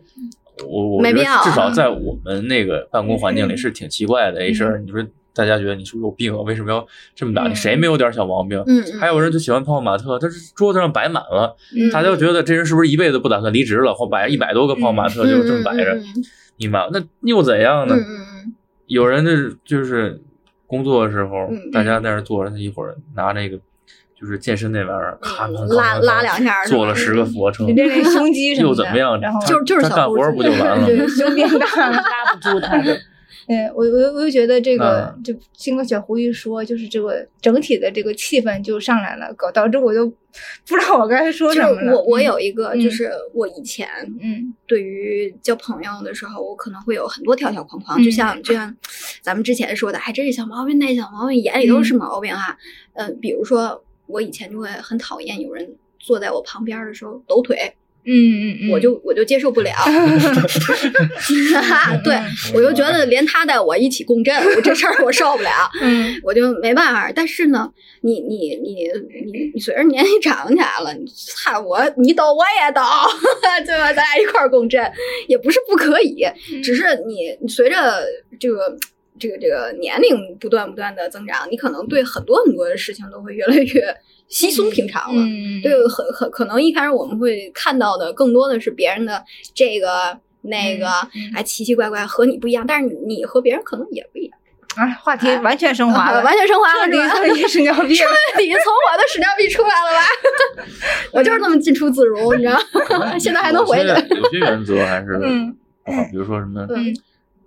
我我
嗯没
觉得
必要啊嗯
至少在我们那个办公环境里是挺奇怪的一事儿。你说大家觉得你是不是有病啊？为什么要这么打听？
嗯
谁没有点小毛病？
嗯嗯
还有人就喜欢泡泡玛特，但是桌子上摆满了，
嗯
大家就觉得这人是不是一辈子不打算离职了？或摆一百多个泡泡玛特就这么摆着
嗯，嗯
你妈那又怎样呢
嗯？嗯
有人就是就是工作的时候
嗯，
大家在那儿坐着，他一会儿拿那个就是健身那玩意儿，咔咔咔
嗯，
咔
拉
咔
拉两下儿是吧，
做了十个俯卧撑
你，练练胸肌什么的，
又怎么样？
然后
就就是
他
小
干
肚
活儿
子
不就完了吗？
对胸变大了。
拉不住 他的。
对我我我就觉得这个
嗯
就经过小胡一说，就是这个整体的这个气氛就上来了，搞导致我都不知道我该说
就
什
是
么了。
我我有一个，
嗯
就是我以前
嗯
对于交朋友的时候，我可能会有很多条条框框，
嗯
就像就像咱们之前说的，哎，这是小毛病，那小毛病，眼里都是毛病哈、嗯、呃，比如说我以前就会很讨厌有人坐在我旁边儿的时候抖腿，
嗯嗯嗯，
我就我就接受 不了， 对我就觉得连他带我一起共振，我这事儿我受不了。
嗯
我就没办法。但是呢，你你你你你随着年纪长起来了，你操我你抖我也 抖，对吧？咱俩一块儿共振也不是不可以，
嗯
只是你你随着这个。这个这个年龄不断不断的增长，你可能对很多很多的事情都会越来越稀松平常了。
嗯
对，很很可能一开始我们会看到的更多的是别人的这个那个，
嗯嗯
哎，奇奇怪怪和你不一样，但是你你和别人可能也不一样。
啊，话题完全 升华了，
啊完全升华了，
彻底
是吧
彻底屎尿屁了。
彻底从我的屎尿屁出来了吧？ 我就是那么进出自如，你知道吗？ 现在还能回去
有些有些原则还是
嗯
不好，比如说什么，
嗯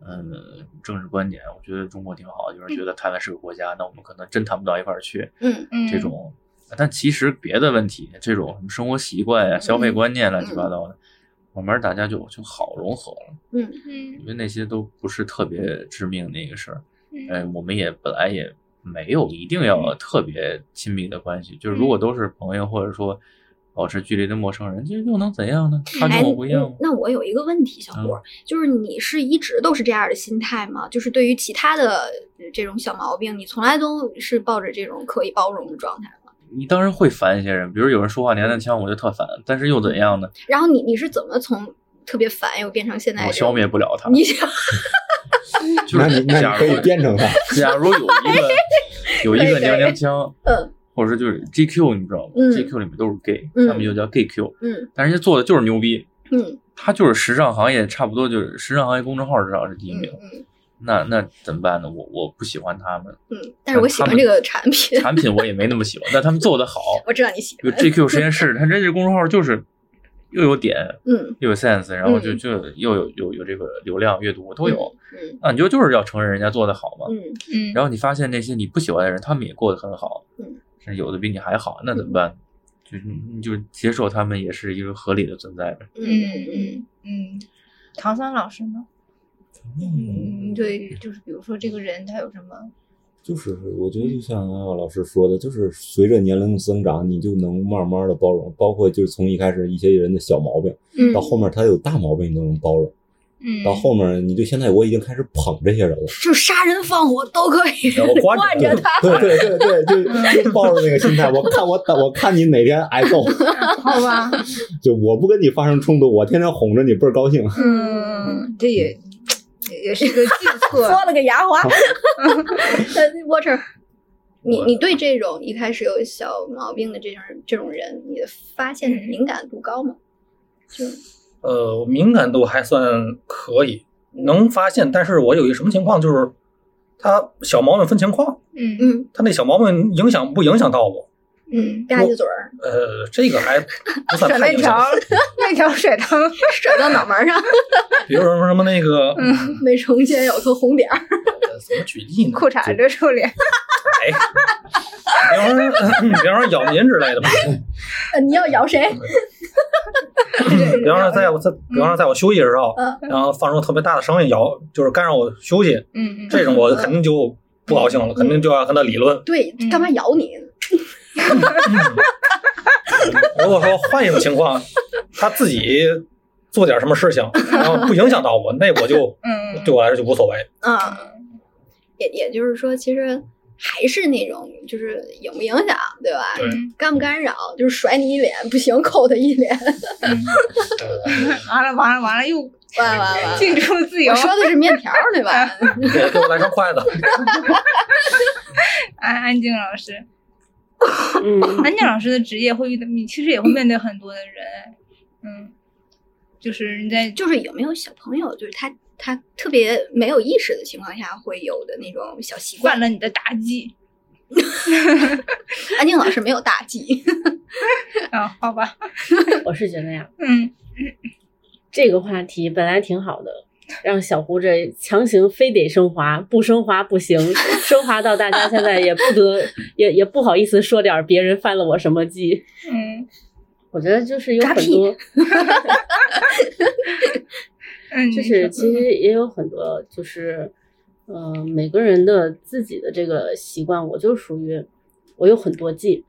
嗯，政治观点，我觉得中国挺好，有人觉得台湾是个国家，那我们可能真谈不到一块儿去。
嗯
嗯
这种，但其实别的问题，这种什么生活习惯呀、消费
嗯
观念乱七八糟的，慢慢大家就就好融合了，
嗯
嗯
因为那些都不是特别致命的一个事儿。
嗯
嗯，我们也本来也没有一定要特别亲密的关系，就是
嗯
如果都是朋友，或者说保持距离的陌生人，这又能怎样呢？他
哎
跟我不一样嗯吗？
那我有一个问题，小郭，就是你是一直都是这样的心态吗？就是对于其他的呃这种小毛病，你从来都是抱着这种可以包容的状态吗？
你当然会烦一些人，比如有人说话娘娘腔，我就特烦，但是又怎样呢？
然后你你是怎么从特别烦又变成现在
我
这种
消灭不了他。
你
就
那
是
你那你
假
可
如
以变成他，
假如有 一个有一个娘娘腔，
嗯
或者说就是 GQ，你知道吗、
嗯
g q 里面都是 gay，、
嗯
他们就叫 GQ，
嗯
但人家做的就是牛逼，
嗯
他就是时尚行业差不多就是时尚行业公众号至少是第一
嗯
名。
嗯
那那怎么办呢？我我不喜欢他们，
嗯，但是我喜欢这个产品，
产品我也没那么喜欢，但他们做的好。
我知道你喜
有
欢，
GQ 实验室，他人家公众号就是又有点
嗯
又有 sense，然后就
嗯
就又有有有这个流量阅读都有。
嗯
那你就就是要承认人家做的好嘛。
嗯
嗯，
然后你发现那些你不喜欢的人，他们也过得很好，
嗯，
甚至有的比你还好，那怎么办？就你就接受他们也是一个合理的存在呗。
嗯
嗯
嗯
嗯嗯，唐三老师呢？嗯，对，就是比如说这个人他有什么？
就是我觉得就像安老师说的，就是随着年龄的增长，你就能慢慢的包容，包括就是从一开始一些人的小毛病，
嗯
到后面他有大毛病你都能包容，
嗯，
到后面你就现在我已经开始捧这些人 了。
就杀人放火都可以，
然后关
惯
着
着
对
他。
对对对对，就就抱着那个心态，我看我等，我看你哪天挨揍，
好吧，
就我不跟你发生冲突，我天天哄着你倍儿高兴。
嗯，这也 也也是个计策。
了个牙花。呃 Water，你你对这种一开始有小毛病的这种这种人，你的发现敏感度高吗？就
呃，我敏感度还算可以，能发现。但是我有一个什么情况，就是他小毛病分情况，
嗯嗯
嗯
他那小毛病影响不影响到我？
嗯，吧唧嘴儿
呃，这个还不
甩
算太
那
影响
条。那条甩 汤，
甩到脑门儿上，
比如说什么那个，呃
美容间有颗红点儿，
怎么举例呢？
裤衩遮住脸，
比方说， 比方说咬您之类的吧。
呃你要咬谁？
比方说，在我在，比方说在我休息的时候，
嗯
然后放出特别大的声音咬，就是干扰我休息，
嗯嗯，
这种我肯定就不高兴了，肯定就要跟他理论。
对，
嗯
干嘛咬你？
如果说换一种情况，他自己做点什么事情，然后不影响到我，那我就
嗯嗯
对我来说就无所谓。
嗯，也也就是说，其实还是那种，就是影不影响，对吧？
对
干不干扰，就是甩你一脸，不行，扣他一脸。
嗯
完了完了完了，又
完完 完！
进出自由
我，说的是面条儿，对 吧？
给给我来双筷子，
安安静老师，
嗯，
安静老师的职业会遇到，你其实也会面对很多的人，嗯，就是你在
就是有没有小朋友，就是他他特别没有意识的情况下会有的那种小习惯
犯。了你的大忌
安静老师没有大忌，
啊，好吧，
我是觉得呀，
嗯
这个话题本来挺好的，让小胡这强行非得升华，不升华不行，升华到大家现在也不得 也也不好意思说点儿别人犯了我什么忌。
嗯
我觉得就是有
扎
很
屁
多，
嗯，
就是
你
其实也有很多，就是嗯、呃每个人的自己的这个习惯，我就属于我有很多忌，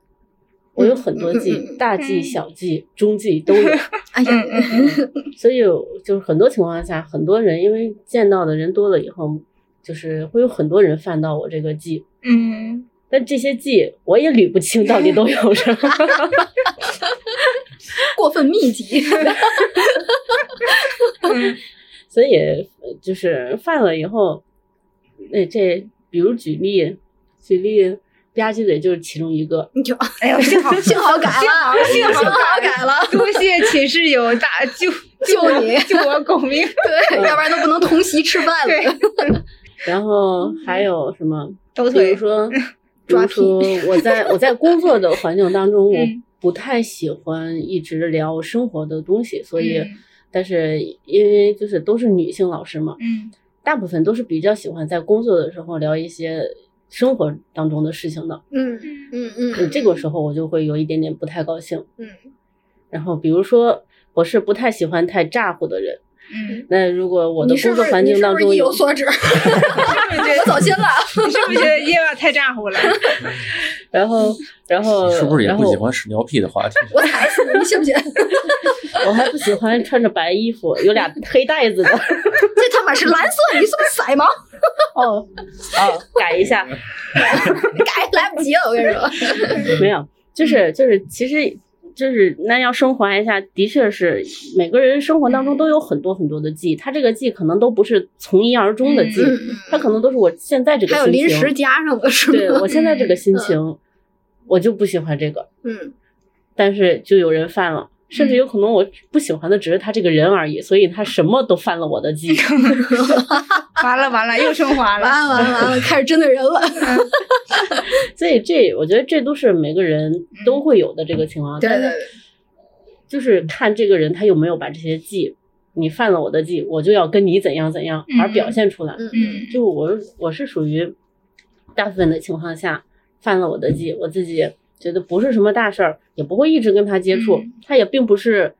我有很
嗯
多
嗯嗯
忌，
嗯
大忌、小忌、中忌都有。
哎呀，
嗯嗯
所以就是很多情况下，很多人因为见到的人多了以后，就是会有很多人犯到我这个忌，
嗯
但这些忌我也捋不清到底都有 什么。
过分密集，
嗯
所以呃就是犯了以后，那这比如举例，举例吧唧嘴就是其中一个，
你就
哎呦，幸好
幸好改
幸好
了，
幸好
幸好改了，
多谢寝室友大救
救你
救我狗命，
对， 要不然都不能同席吃饭
对
了。
然后还有什么？
抖
比如
腿，
说，比
抓
如
屁
说我在我在工作的环境当 中，我
嗯
不太喜欢一直聊生活的东西，所以，
嗯
但是因为就是都是女性老师嘛，
嗯
大部分都是比较喜欢在工作的时候聊一些生活当中的事情的。
嗯嗯嗯，
这个时候我就会有一点点不太高兴。
嗯
然后比如说，我是不太喜欢太咋呼的人。
嗯，
那如果我的
你是
工
不
作
是
环境当
你是不
中
是意有所指？
是不是觉
我
得
走心了，
你是不是觉得夜晚太咋呼了？
然后然
呃
后
是不是也
然
不
后
喜欢屎尿屁的话题？
我踩死你，你信不 信？
我还不喜欢穿着白衣服，有俩黑 带子的。
这他妈是蓝色，你是不是色盲？
哦哦，改一下，
改来不及了，我跟你说。
没有，就是就是，其实就是那要升华一下，的确是每个人生活当中都有很多很多的忌，他这个忌可能都不是从一而终的忌，
嗯嗯
他可能都是我现在这个
还有
心
临
情，
时嗯加上的是
对
吗？
我现在这个心情，我就不喜欢这个，
嗯
但是就有人犯了。甚至有可能我不喜欢的只是他这个人而已，所以他什么都犯了我 的忌。
完了完了，又升华了，
完了完了完了，开始针对人了。
所以这我觉得这都是每个人都会有的这个情况。
嗯对
但
对
是
对，
就是看这个人他有没有把这些忌，你犯了我的忌，我就要跟你怎样怎样而表现出来。
嗯嗯
嗯
就我我是属于大部分的情况下犯了我的忌，我自己觉得不是什么大事儿，也不会一直跟他接触，
嗯
他也并不是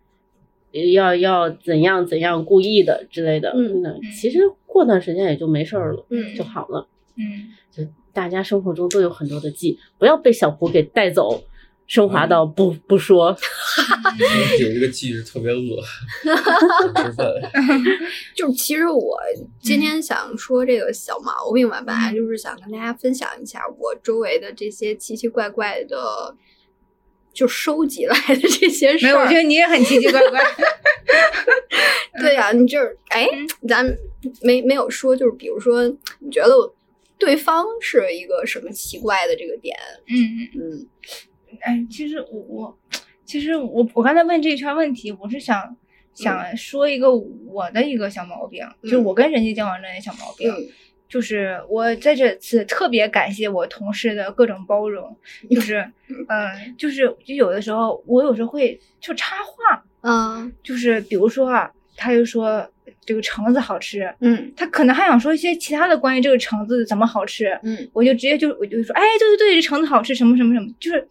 呃要要怎样怎样故意的之类的。
嗯
那其实过段时间也就没事儿了，
嗯
就好了。
嗯，
就大家生活中都有很多的忌，不要被小胡给带走。升华到不不说，
有一个记是特别饿，吃饭。
就是其实我
嗯
今天想说这个小毛病吧，本来就是想跟大家分享一下我周围的这些奇奇怪怪的，就收集来的这些事
没
儿。
有，我觉得你也很奇奇怪怪，嗯
对呀、你就是哎，咱没没有说，就是比如说，你觉得对方是一个什么奇怪的这个点，
嗯，
嗯，
哎，其实我我，其实我我刚才问这一圈问题，我是想想说一个我的一个小毛病，就是我跟人际交往中的小毛病，
嗯
就是我在这次特别感谢我同事的各种包容，就是，嗯、就是就有的时候我有时候会就插话，
啊，
就是比如说啊，他就说这个橙子好吃，
嗯
他可能还想说一些其他的关于这个橙子怎么好吃，
嗯
我就直接就我就说，哎，对对对，这橙子好吃，什么什么什么，就是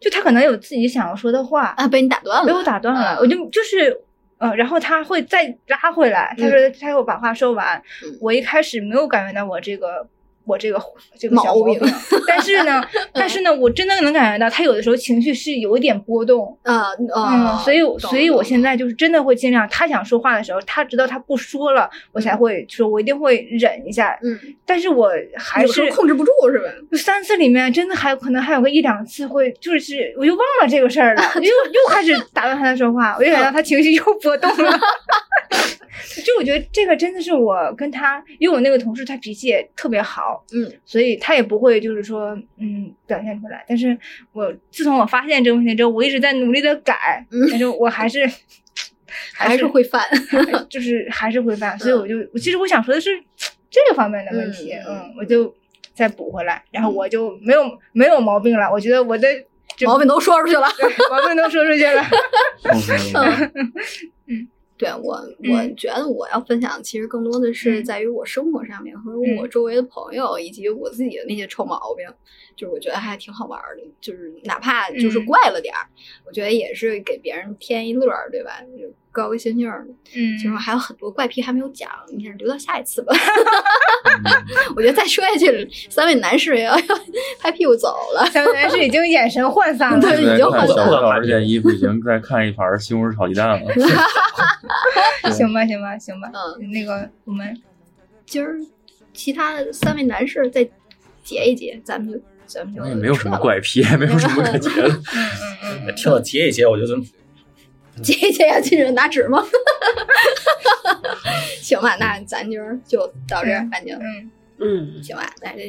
就他可能有自己想要说的话，
啊，被你打断了，
被我打断了，
啊
我就就是。呃，然后他会再拉回来，他说他又把话说完。
嗯
我一开始没有感觉到我这个我这个这个小
毛
毛
病
病，但 是呢，但是呢，我真的能感觉到他有的时候情绪是有一点波动。
啊
嗯，
啊，
所以我
懂
所以
了
我现在就是真的会尽量，他想说话的时候，他知道他不说了，我才会说，我一定会忍一下。
嗯，
但是我还
有时候
是
控制不住是吧？
就三次里面真的还有可能还有个一两次会，就是我就忘了这个事儿了， 又又开始打断他的说话，我就感到他情绪又波动 了。就我觉得这个真的是我跟他，因为我那个同事他脾气也特别好，
嗯，
所以他也不会就是说嗯表现出来。但是我自从我发现这个问题之后，我一直在努力的改，
嗯
但是我还是
还
是
是会犯，
就是还是会犯，所以我就我其实我想说的是这个方面的问题，
嗯
嗯，我就再补回来，然后我就没有、没有毛病了，我觉得我的就
毛病都说出去了。
对毛病都说出去 了，嗯
对我，我觉得我要分享其实更多的是
嗯
在于我生活上面和我
嗯
周围的朋友以及我自己的那些臭毛病，就是我觉得还挺好玩儿的，就是哪怕就是
嗯
怪了点儿，我觉得也是给别人添一乐儿，对吧？就高高兴兴儿的。
嗯
其实我还有很多怪癖还没有讲，你先留到下一次吧。 我觉得再说下去，三位男士也要 拍屁股走了。
相当于是已经眼神涣散 了，
对
在
已经
看
换
小
了
老师件衣服，已经在看一盘西红柿炒鸡蛋 了。
行吧行吧行吧，
嗯，
那个我们
今儿其他三位男士再结一结，咱们就咱们就
我也没有什么
撤了
怪癖，也没有什 么可觉的。
嗯嗯嗯，
听到结一结，我就真
接一接要进人拿纸吗？ 行吧，那咱今儿就到这儿，感觉。
嗯，
嗯，
行吧，那这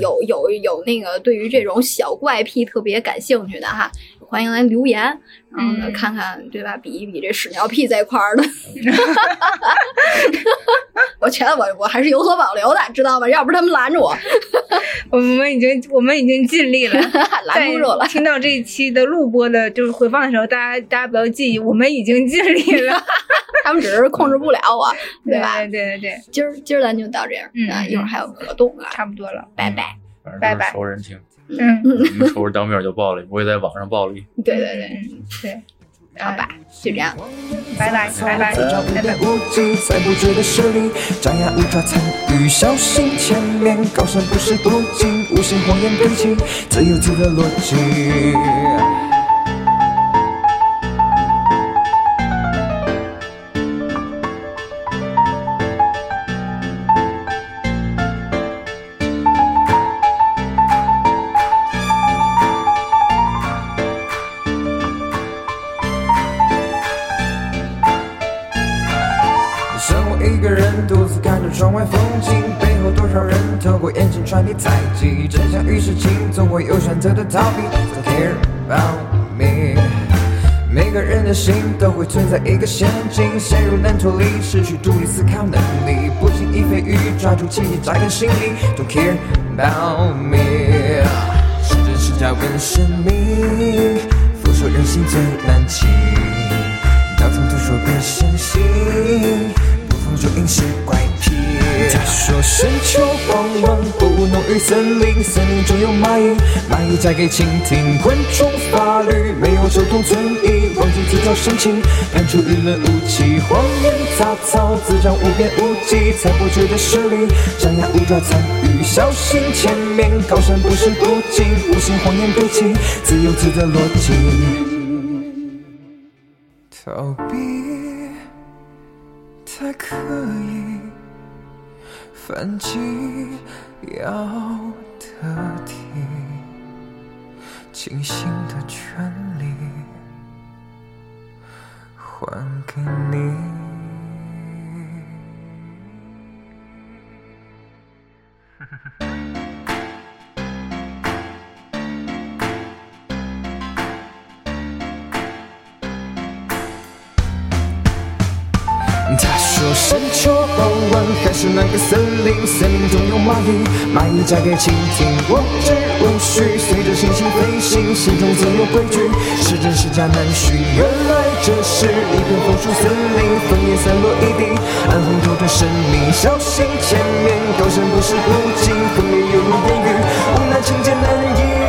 有有有那个对于这种小怪癖特别感兴趣的哈，欢迎来留言，然后呢
嗯
看看对吧，比一比这屎尿屁在一块儿的。 我觉得我我还是有所保留的，知道吗？要不是他们拦着我，
我们已经我们已经尽力了。
拦不住了
在。听到这一期的录播的，就是回放的时候，大家大家不要介意，我们已经尽力了。
他们只是控制不了我， 对吧？
对对对对，
今儿今儿咱就到这样，
嗯
啊，一会儿还有活动啊，
差不多了。
拜拜。
反正
拜
都
拜
是熟人听，
嗯，
你们熟人当面就暴力，不会在网上暴力。
对对对。
嗯对，
好吧，就这样。
拜拜拜拜拜拜。
无极，才不觉得失礼。张牙舞爪，参与小心前面，高山不是途径，无心谎言堆砌，自有自己的逻辑。剩我一个人独自看着窗外风景，背后多少人透过眼睛传递猜忌，真相与事情总会有选择的逃避。Don't care about me。每个人的心都会存在一个陷阱，陷入难脱离，失去独立思考能力，不轻易飞鱼，抓住契机扎根心里。Don't care about me。是真是假问生命，付出人心最难清。道听途说别相信，不妨就应是怪癖。他说深秋光芒不浓于森林，森林中有蚂蚁，蚂蚁嫁给蜻蜓，昆虫法律没有求同存异，忘记制造神情，判处舆论无期，荒言杂草滋长无边无际，才不觉得失礼，张牙舞爪参与，小心前面，高山不是途径，无心谎言堆砌，自由自在逻辑。逃避，太刻意，反击要得体，清醒的权利还给你。他说山丘弯弯还是那个森林，森林中有蚂蚁，蚂蚁嫁给蜻蜓，我知无需。随着星星飞行，心中自有规矩，是真是假难寻。原来这是一片枫树森林，枫叶散落一地，暗红透着神秘。小心前面，高山不是路径，风雨犹如烟雨，无奈情劫难移。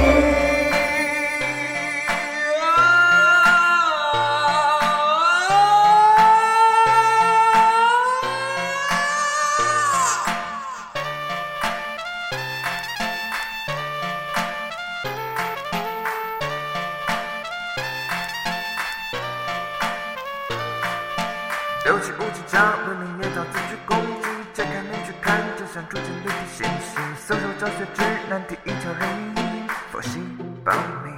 留起不计较，为了捏造自己工具，展开面去看，就像逐渐对比现实。搜索教学指南，第一条人一，佛系报名。